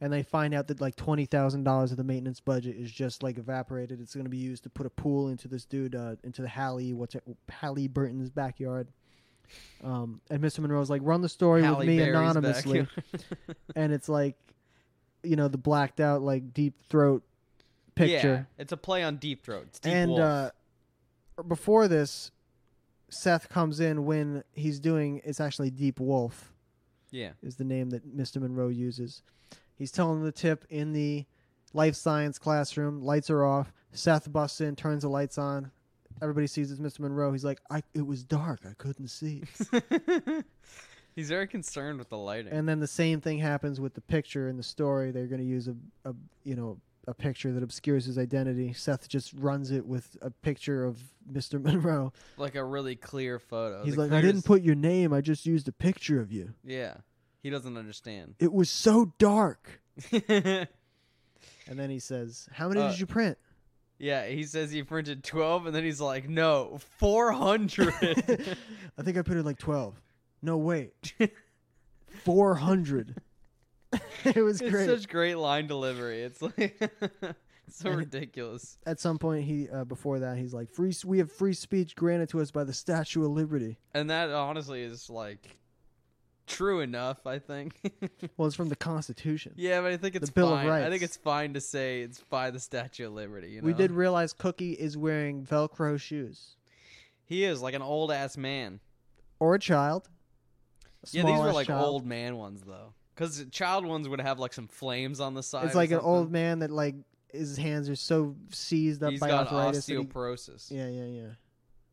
S2: and they find out that like twenty thousand dollars of the maintenance budget is just like evaporated. It's going to be used to put a pool into this dude uh, into the Hallie what's it Hallie Burton's backyard. Um, and Mr. Monroe's like, run the story
S1: Halle
S2: with me
S1: Berry's back.
S2: anonymously, and it's like, you know, the blacked out like deep throat picture.
S1: Yeah, it's a play on Deep Throat. It's Deep
S2: and
S1: Wolf.
S2: uh, before this, Seth comes in when he's doing. It's actually Deep Wolf
S1: yeah,
S2: is the name that Mr. Monroe uses. He's telling him the tip in the life science classroom. Lights are off. Seth busts in, turns the lights on. Everybody sees it's Mr. Monroe. He's like, I, "It was dark. I couldn't see."
S1: he's very concerned with the lighting.
S2: and then the same thing happens with the picture in the story. They're going to use a, a, you know, a picture that obscures his identity. Seth just runs it with a picture of Mr. Monroe.
S1: like a really clear photo.
S2: He's
S1: The
S2: like, I didn't
S1: clearest-
S2: put your name. I just used a picture of you.
S1: Yeah, he doesn't understand.
S2: It was so dark.
S1: yeah,
S2: And then he says, How many
S1: Uh,
S2: did you print?
S1: he says he printed twelve, and then he's like, "No, four hundred.
S2: I think I printed like 12. No, wait. 400. it was
S1: it's
S2: great.
S1: such great line delivery. It's like so ridiculous.
S2: At some point, he uh, before that, he's like, "Free, we have free speech granted to us by the Statue of Liberty."
S1: And that honestly is like true enough. I think.
S2: Well, it's from the Constitution.
S1: yeah, but I think it's
S2: Bill of
S1: fine. I think
S2: Rights.
S1: it's fine to say it's by the Statue of Liberty. You know?
S2: We did realize Cookie is wearing Velcro shoes
S1: He is like an old ass man.
S2: or a child. A
S1: Yeah, these were
S2: small-ass
S1: like
S2: child.
S1: old man ones though, because child ones would have like some flames on the side.
S2: It's
S1: or
S2: like an old
S1: something.
S2: man that like his hands are so seized up
S1: He's
S2: by
S1: got
S2: arthritis. that he-
S1: osteoporosis.
S2: yeah, yeah, yeah.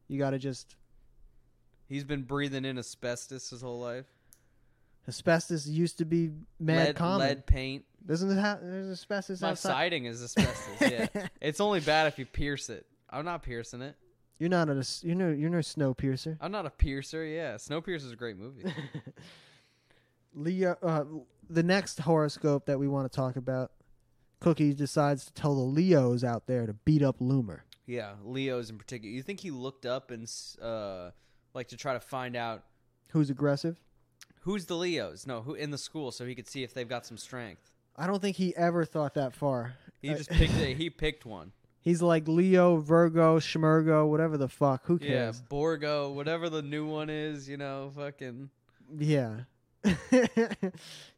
S2: You gotta just
S1: He's been breathing in asbestos his whole life.
S2: asbestos used to be mad
S1: lead,
S2: common.
S1: lead paint.
S2: Doesn't it have? There's asbestos
S1: My
S2: outside.
S1: siding is asbestos. yeah, it's only bad if you pierce it. I'm not piercing it.
S2: You're not a you're no you're no snow piercer.
S1: I'm not a piercer. Yeah, Snowpiercer is a great movie.
S2: Leo, uh, the next horoscope that we want to talk about, Cookie decides to tell the Leos out there to beat up Loomer.
S1: yeah, Leo's in particular. You think he looked up and s- uh, like to try to find out
S2: Who's aggressive?
S1: who's the Leos? No, who in the school, so he could see if they've got some strength.
S2: I don't think he ever thought that far.
S1: He
S2: Uh,
S1: just picked. A, he picked one.
S2: He's like Leo, Virgo, Schmergo, whatever the fuck. Who
S1: Yeah,
S2: cares?
S1: Borgo, whatever the new one is, you know, fucking.
S2: Yeah.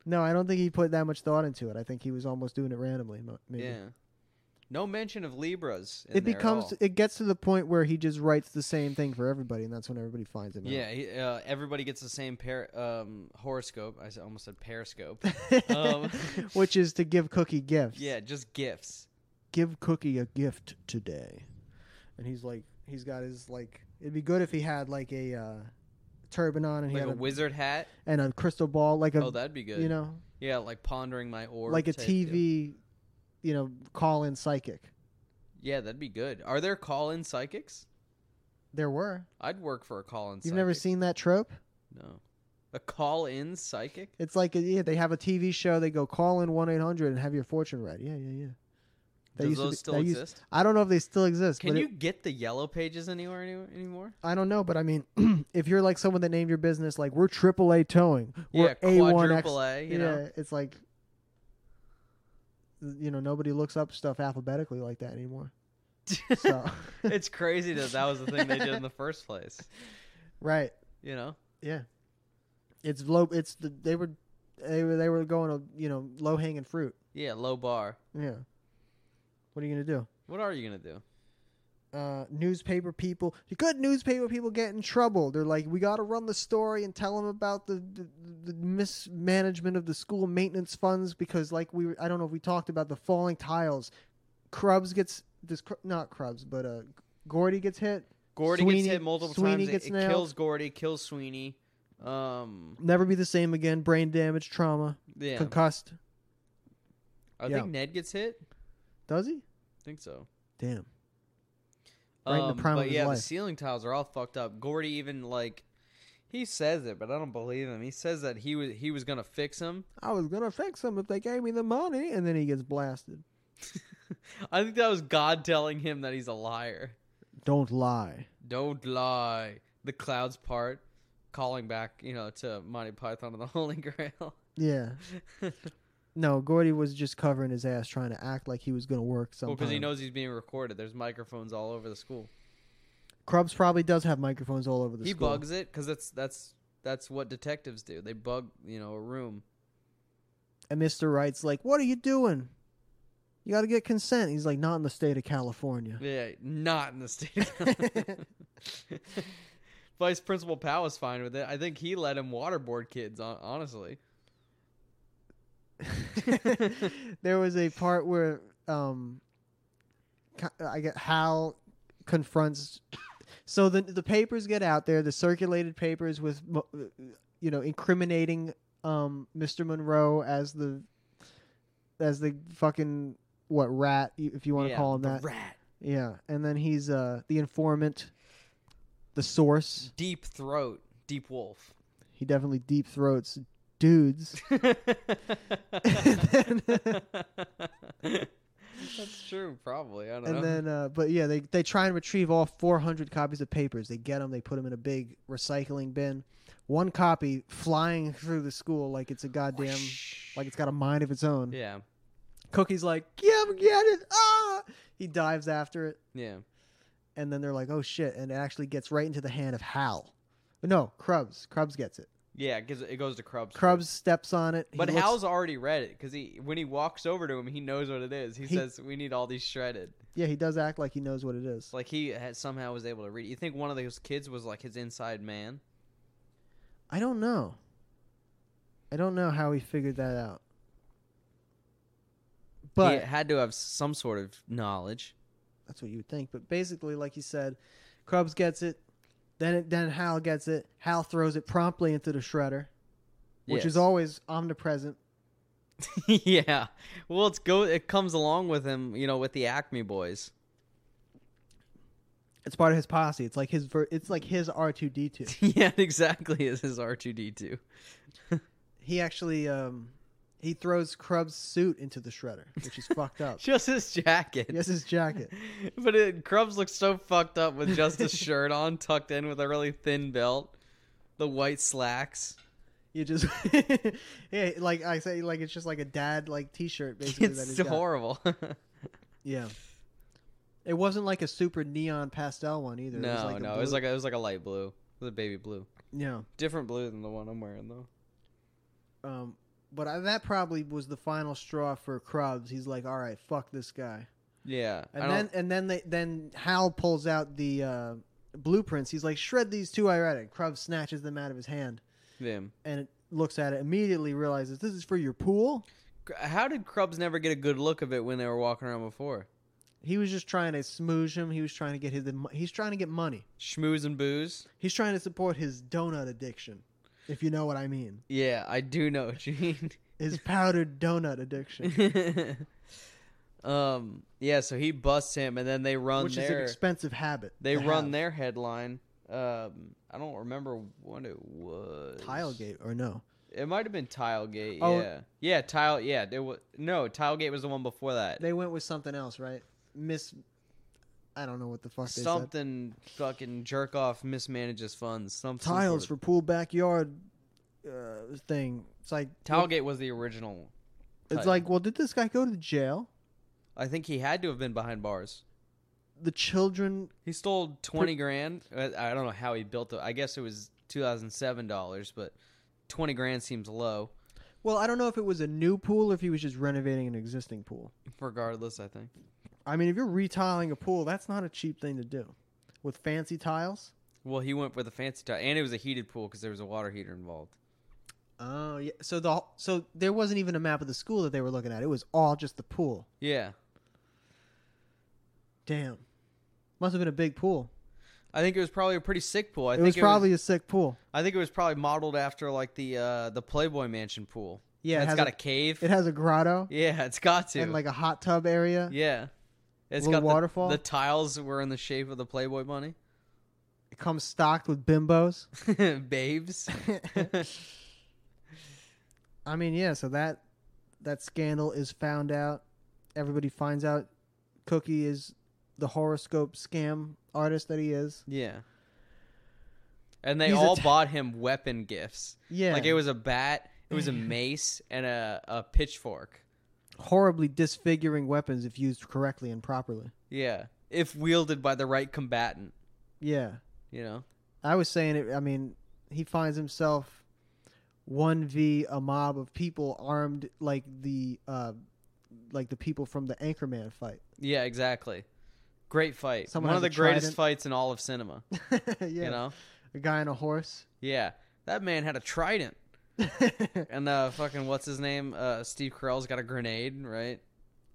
S2: no, I don't think he put that much thought into it. I think he was almost doing it randomly. mo- Maybe.
S1: Yeah. No mention of Libras. in
S2: It
S1: there at
S2: becomes.
S1: all.
S2: It gets to the point where he just writes the same thing for everybody, and that's when everybody finds him.
S1: Yeah, he, uh, everybody gets the same pair um, horoscope. I s- almost said periscope.
S2: Out.
S1: Um,
S2: Which is to give Cookie gifts.
S1: yeah, just gifts.
S2: Give Cookie a gift today. And he's like, he's got his like. It'd be good if he had like a uh, turban on and he
S1: Like
S2: had
S1: a wizard hat.
S2: and a crystal ball, like a
S1: Oh, that'd be good.
S2: you know,
S1: yeah, like pondering my orb.
S2: like a
S1: type deal.
S2: TV, you know, call in psychic.
S1: Yeah, that'd be good. Are there call-in psychics?
S2: There were.
S1: I'd work for a call-in.
S2: You've never
S1: psychic.
S2: seen that trope?
S1: No. A call-in psychic.
S2: It's like yeah, they have a TV show. They go call in one eight hundred and have your fortune read. Yeah, yeah, yeah. That
S1: Does
S2: used to
S1: those
S2: be-
S1: still
S2: that used-
S1: exist?
S2: I don't know if they still exist.
S1: Can
S2: but
S1: you
S2: It,
S1: get the yellow pages anywhere any- anymore?
S2: I don't know, but I mean, if you're like someone that named your business like we're AAA towing,
S1: Yeah,
S2: we're A1X.
S1: quadruple A. You
S2: yeah,
S1: know.
S2: it's like you know nobody looks up stuff alphabetically like that anymore. So
S1: it's crazy that that was the thing they did in the first place.
S2: right,
S1: You know,
S2: yeah, it's low. It's the they were they were they were going to you know low hanging fruit.
S1: yeah, low bar.
S2: Yeah, what are you gonna do?
S1: What are you gonna do?
S2: uh, newspaper people. Could newspaper people get in trouble? They're like, we got to run the story and tell them about the, the the mismanagement of the school maintenance funds because, like, we were- I don't know if we talked about the falling tiles. Krubs gets this Kr- not Krubs, but uh, Gordy gets hit.
S1: Gordy gets
S2: Sweeney-
S1: hit multiple
S2: Sweeney
S1: times. It-
S2: gets
S1: it,
S2: nailed.
S1: kills Gordy, kills Sweeney. Um,
S2: Never be the same again. Brain damage, trauma,
S1: yeah,
S2: concussed.
S1: I
S2: yeah.
S1: think Ned gets hit.
S2: Does he?
S1: I think so.
S2: Damn. Right in the
S1: Um,
S2: prime
S1: but
S2: of his
S1: yeah,
S2: life.
S1: the ceiling tiles are all fucked up. Gordy even like he says it, but I don't believe him. He says that he was he was gonna fix him.
S2: I was gonna fix him if they gave me the money, and then he gets blasted.
S1: I think that was God telling him that he's a liar.
S2: Don't lie.
S1: Don't lie. The clouds part, calling back, you know, to Monty Python and the Holy Grail.
S2: Yeah. No, Gordy was just covering his ass, trying to act like he was gonna work
S1: well,
S2: sometime.
S1: because he knows he's being recorded. There's microphones all over the school.
S2: Krubs probably does have microphones all over the
S1: he
S2: school.
S1: bugs it because that's that's that's what detectives do. They bug, you know, a room.
S2: And Mr. Wright's like, "What are you doing? You got to get consent." He's like, "Not in the state of California."
S1: Yeah, not in the state. of California. Vice Principal Powell was fine with it. I think he let him waterboard kids. hon- Honestly,
S2: there was a part where um, Ca- I get Hal confronts. So the the papers get out there, the circulated papers with mo- you know incriminating um, Mr. Monroe as the as the fucking what rat if you want to
S1: Yeah,
S2: call him
S1: the
S2: that
S1: rat
S2: Yeah, and then he's uh the informant, the source.
S1: deep throat, deep wolf.
S2: He definitely deep throats dudes.
S1: That's true, probably. I don't know.
S2: And then, uh, but yeah, they, they try and retrieve all 400 copies of papers. They get them, they put them in a big recycling bin. One copy flying through the school like it's a goddamn, like it's got a mind of its own.
S1: yeah,
S2: Cookie's like, yeah, get it. Ah! He dives after it.
S1: yeah.
S2: And then they're like, oh shit. And it actually gets right into the hand of Hal. No, Krubs. Krubs gets it.
S1: Yeah, because it goes to Krubs. first.
S2: Krubs steps on it. He
S1: But
S2: looks-
S1: Hal's already read it because he, when he walks over to him, he knows what it is. He,
S2: He-
S1: says, "We need all these shredded."
S2: Yeah, he does act like he knows what it is.
S1: It's like he had, somehow was able to read. it. You think one of those kids was like his inside man?
S2: I don't know. I don't know how he figured that out. But
S1: he had to have some sort of knowledge.
S2: that's what you would think. But basically, like you said, Krubs gets it. Then it, then Hal gets it. Hal throws it promptly into the shredder, which is always omnipresent.
S1: Yes. yeah. Well, it's go. It comes along with him, you know, with the Acme boys.
S2: It's part of his posse. It's like his ver- it's like his R two D two.
S1: yeah, exactly. Is his R two D two.
S2: He actually um he throws Krubs' suit into the shredder, which is fucked up.
S1: Just his jacket.
S2: Yes, his jacket.
S1: But it, Krubs looks so fucked up with just his shirt on, tucked in with a really thin belt, the white slacks.
S2: You just yeah, like I say, like it's just like a dad like T-shirt basically. that
S1: It's
S2: he's got.
S1: horrible.
S2: Yeah, it wasn't like a super neon pastel one either. it was
S1: no,
S2: like
S1: no,
S2: a
S1: it was
S2: blue-
S1: like a, it was like a light blue, it was a baby blue,
S2: yeah.
S1: different blue than the one I'm wearing though.
S2: Um, but I, that probably was the final straw for Krubs. He's like, all right, fuck this guy.
S1: Yeah, I
S2: And
S1: don't-
S2: then and then they then Hal pulls out the uh, blueprints. He's like, shred these two. I read it. Krubs snatches them out of his hand
S1: Damn.
S2: and it looks at it. Immediately realizes this is for your pool.
S1: Cr- How did Krubs never get a good look of it when they were walking around before?
S2: He was just trying to smooge him. He was trying to get his. He's trying to get money.
S1: Schmooze and booze.
S2: He's trying to support his donut addiction, if you know what I mean.
S1: Yeah, I do know what you
S2: His powdered donut addiction,
S1: mean. um, yeah, so he busts him, and then they run
S2: which is an
S1: their
S2: expensive habit.
S1: they
S2: to
S1: run
S2: have.
S1: their headline. Um, I don't remember what it was.
S2: Tilegate or no?
S1: It might have been Tilegate.
S2: Oh.
S1: Yeah, yeah, Tile. Yeah, it was no Tilegate was the one before that.
S2: They went with something else, right? Miss, I don't know what the fuck they said.
S1: something fucking jerk off mismanages funds. Something some
S2: Tiles
S1: sort
S2: for pool backyard uh, thing. It's like
S1: of- Tilegate was the original.
S2: It's
S1: title.
S2: like, well, did this guy go to jail?
S1: I think he had to have been behind bars.
S2: The children,
S1: He stole twenty grand. I I don't know how he built it. I guess it was two thousand seven dollars, but twenty grand seems low.
S2: well, I don't know if it was a new pool or if he was just renovating an existing pool.
S1: Regardless, I think
S2: I mean, if you're retiling a pool, that's not a cheap thing to do with fancy tiles.
S1: Well, he went with a fancy tile, and it was a heated pool because there was a water heater involved.
S2: Oh yeah. So the so there wasn't even a map of the school that they were looking at. It was all just the pool.
S1: Yeah,
S2: Damn. Must have been a big pool.
S1: I think it was probably a pretty sick pool. I
S2: it
S1: think
S2: was probably a sick pool.
S1: I think it was probably modeled after like the uh, the Playboy Mansion pool.
S2: Yeah, it
S1: it's
S2: has
S1: got
S2: a-
S1: a, cave.
S2: It has a grotto
S1: yeah, it's got to.
S2: and like a hot tub area.
S1: yeah, it's
S2: little
S1: got the-
S2: waterfall.
S1: The, tiles were in the shape of the Playboy bunny.
S2: It comes stocked with bimbos.
S1: Babes.
S2: I mean, yeah. So that that scandal is found out. Everybody finds out Cookie is the horoscope scam artist that he is.
S1: yeah. And they
S2: He's
S1: all
S2: atta-
S1: bought him weapon gifts.
S2: Yeah,
S1: Like it was a bat, it was a mace, and a, a pitchfork.
S2: horribly disfiguring weapons if used correctly and properly.
S1: Yeah. If wielded by the right combatant,
S2: Yeah,
S1: you know?
S2: I was saying it. I mean, he finds himself one v a mob of people armed like the uh, like the people from the Anchorman fight.
S1: Yeah, exactly. Great fight.
S2: Someone
S1: One
S2: has
S1: of
S2: a
S1: the greatest
S2: trident.
S1: fights in all of cinema.
S2: yeah,
S1: You know?
S2: a guy on a horse.
S1: Yeah. That man had a trident.
S2: a
S1: And uh fucking what's his name? Uh Steve Carell's got a grenade, right?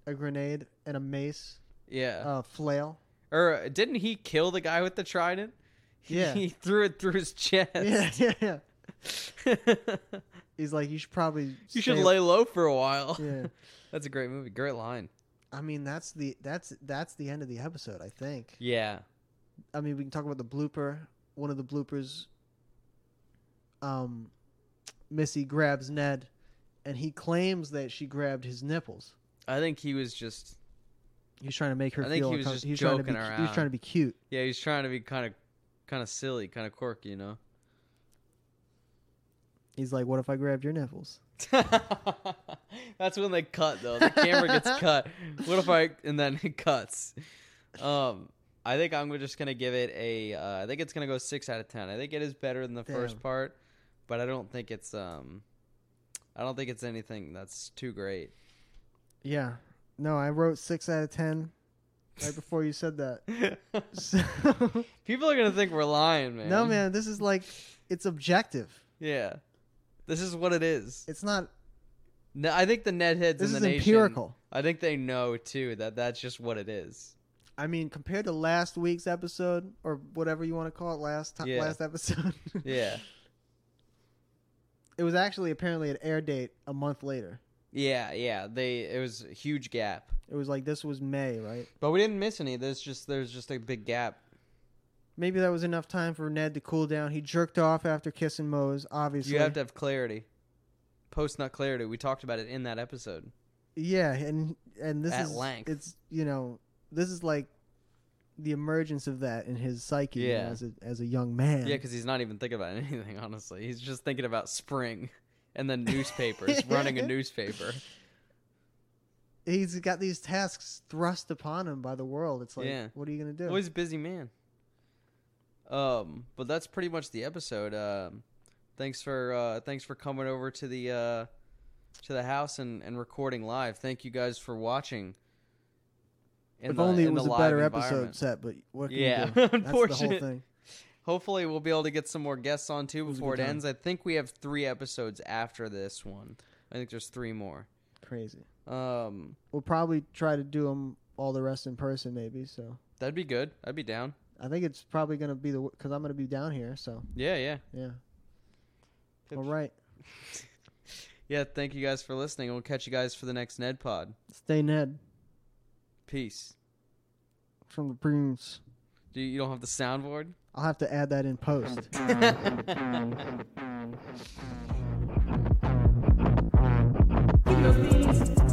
S2: grenade and a mace,
S1: Yeah.
S2: a flail.
S1: or uh, didn't he kill the guy with the trident?
S2: Yeah.
S1: he threw it through his chest.
S2: Yeah, yeah, yeah.
S1: you
S2: He's like, you should probably.
S1: should
S2: stay-
S1: lay low for a while.
S2: Yeah.
S1: That's a great movie. Great line.
S2: I mean, that's the that's that's the end of the episode. I think.
S1: Yeah.
S2: I mean, we can talk about the blooper. One of the bloopers. Um, Missy grabs Ned, and he claims that she grabbed his nipples.
S1: I think he was just
S2: He's trying to make her
S1: I think
S2: feel.
S1: he was
S2: uncom-
S1: just
S2: he's trying to
S1: joking
S2: be, cu- He's
S1: around.
S2: trying to be cute.
S1: yeah, he's trying to be kind of kind of silly, kind of quirky, you know.
S2: He's like, "What if I grabbed your nipples?"
S1: That's when they cut though. The camera gets cut. What if I and then it cuts. Um I think I'm just gonna give it a. Uh, I think it's gonna go six out of ten. I think it is better than the
S2: Damn.
S1: first part, but I don't think it's um, I don't think it's anything that's too great.
S2: Yeah. No, I wrote six out of ten. Right before you said that. So,
S1: People are gonna think we're lying, man.
S2: no, man, this is like, it's objective.
S1: Yeah, this is what it is.
S2: It's not.
S1: No, I think the netheads in
S2: This
S1: the
S2: is
S1: nation.
S2: empirical.
S1: I think they know too that that's just what it is.
S2: I mean, compared to last week's episode or whatever you want to call it, last time,
S1: Yeah.
S2: last episode.
S1: Yeah,
S2: It was actually apparently an air date a month later.
S1: yeah, yeah. They it was a huge gap,
S2: It was like this was May, right?
S1: but we didn't miss any. There's just there's just a big gap.
S2: Maybe that was enough time for Ned to cool down. He jerked off after kissing Mose, obviously.
S1: You have to have clarity. Post nut clarity. We talked about it in that episode.
S2: Yeah, and and this
S1: At
S2: is
S1: length.
S2: it's you know this is like the emergence of that in his psyche you know,
S1: Yeah.
S2: as a as a young man.
S1: Yeah, because he's not even thinking about anything. Honestly, he's just thinking about spring and then newspapers, running a newspaper.
S2: he's got these tasks thrust upon him by the world. It's like,
S1: Yeah.
S2: what are you gonna do?
S1: Well, he's a busy man. Um, but that's pretty much the episode. Um, thanks for uh, thanks for coming over to the uh, to the house and, and recording live. Thank you guys for watching. in
S2: if
S1: the-
S2: only it
S1: in the
S2: was a
S1: live
S2: better
S1: environment.
S2: episode set, but what can
S1: Yeah,
S2: you do? That's the whole
S1: unfortunate.
S2: thing.
S1: Hopefully, we'll be able to get some more guests on too
S2: It was a
S1: before it
S2: good time.
S1: ends. I think we have three episodes after this one. I think there's three more.
S2: Crazy.
S1: Um,
S2: We'll probably try to do them all the rest in person, maybe. So
S1: that'd be good. I'd be down.
S2: I think it's probably gonna be the because I'm gonna be down here. So
S1: Yeah, yeah.
S2: yeah.
S1: Good.
S2: All right.
S1: Yeah, thank you guys for listening. We'll catch you guys for the next Ned Pod.
S2: Stay Ned
S1: Peace.
S2: from the Bruins.
S1: Do you, you don't have the soundboard?
S2: I'll have to add that in post.
S3: King of Beats,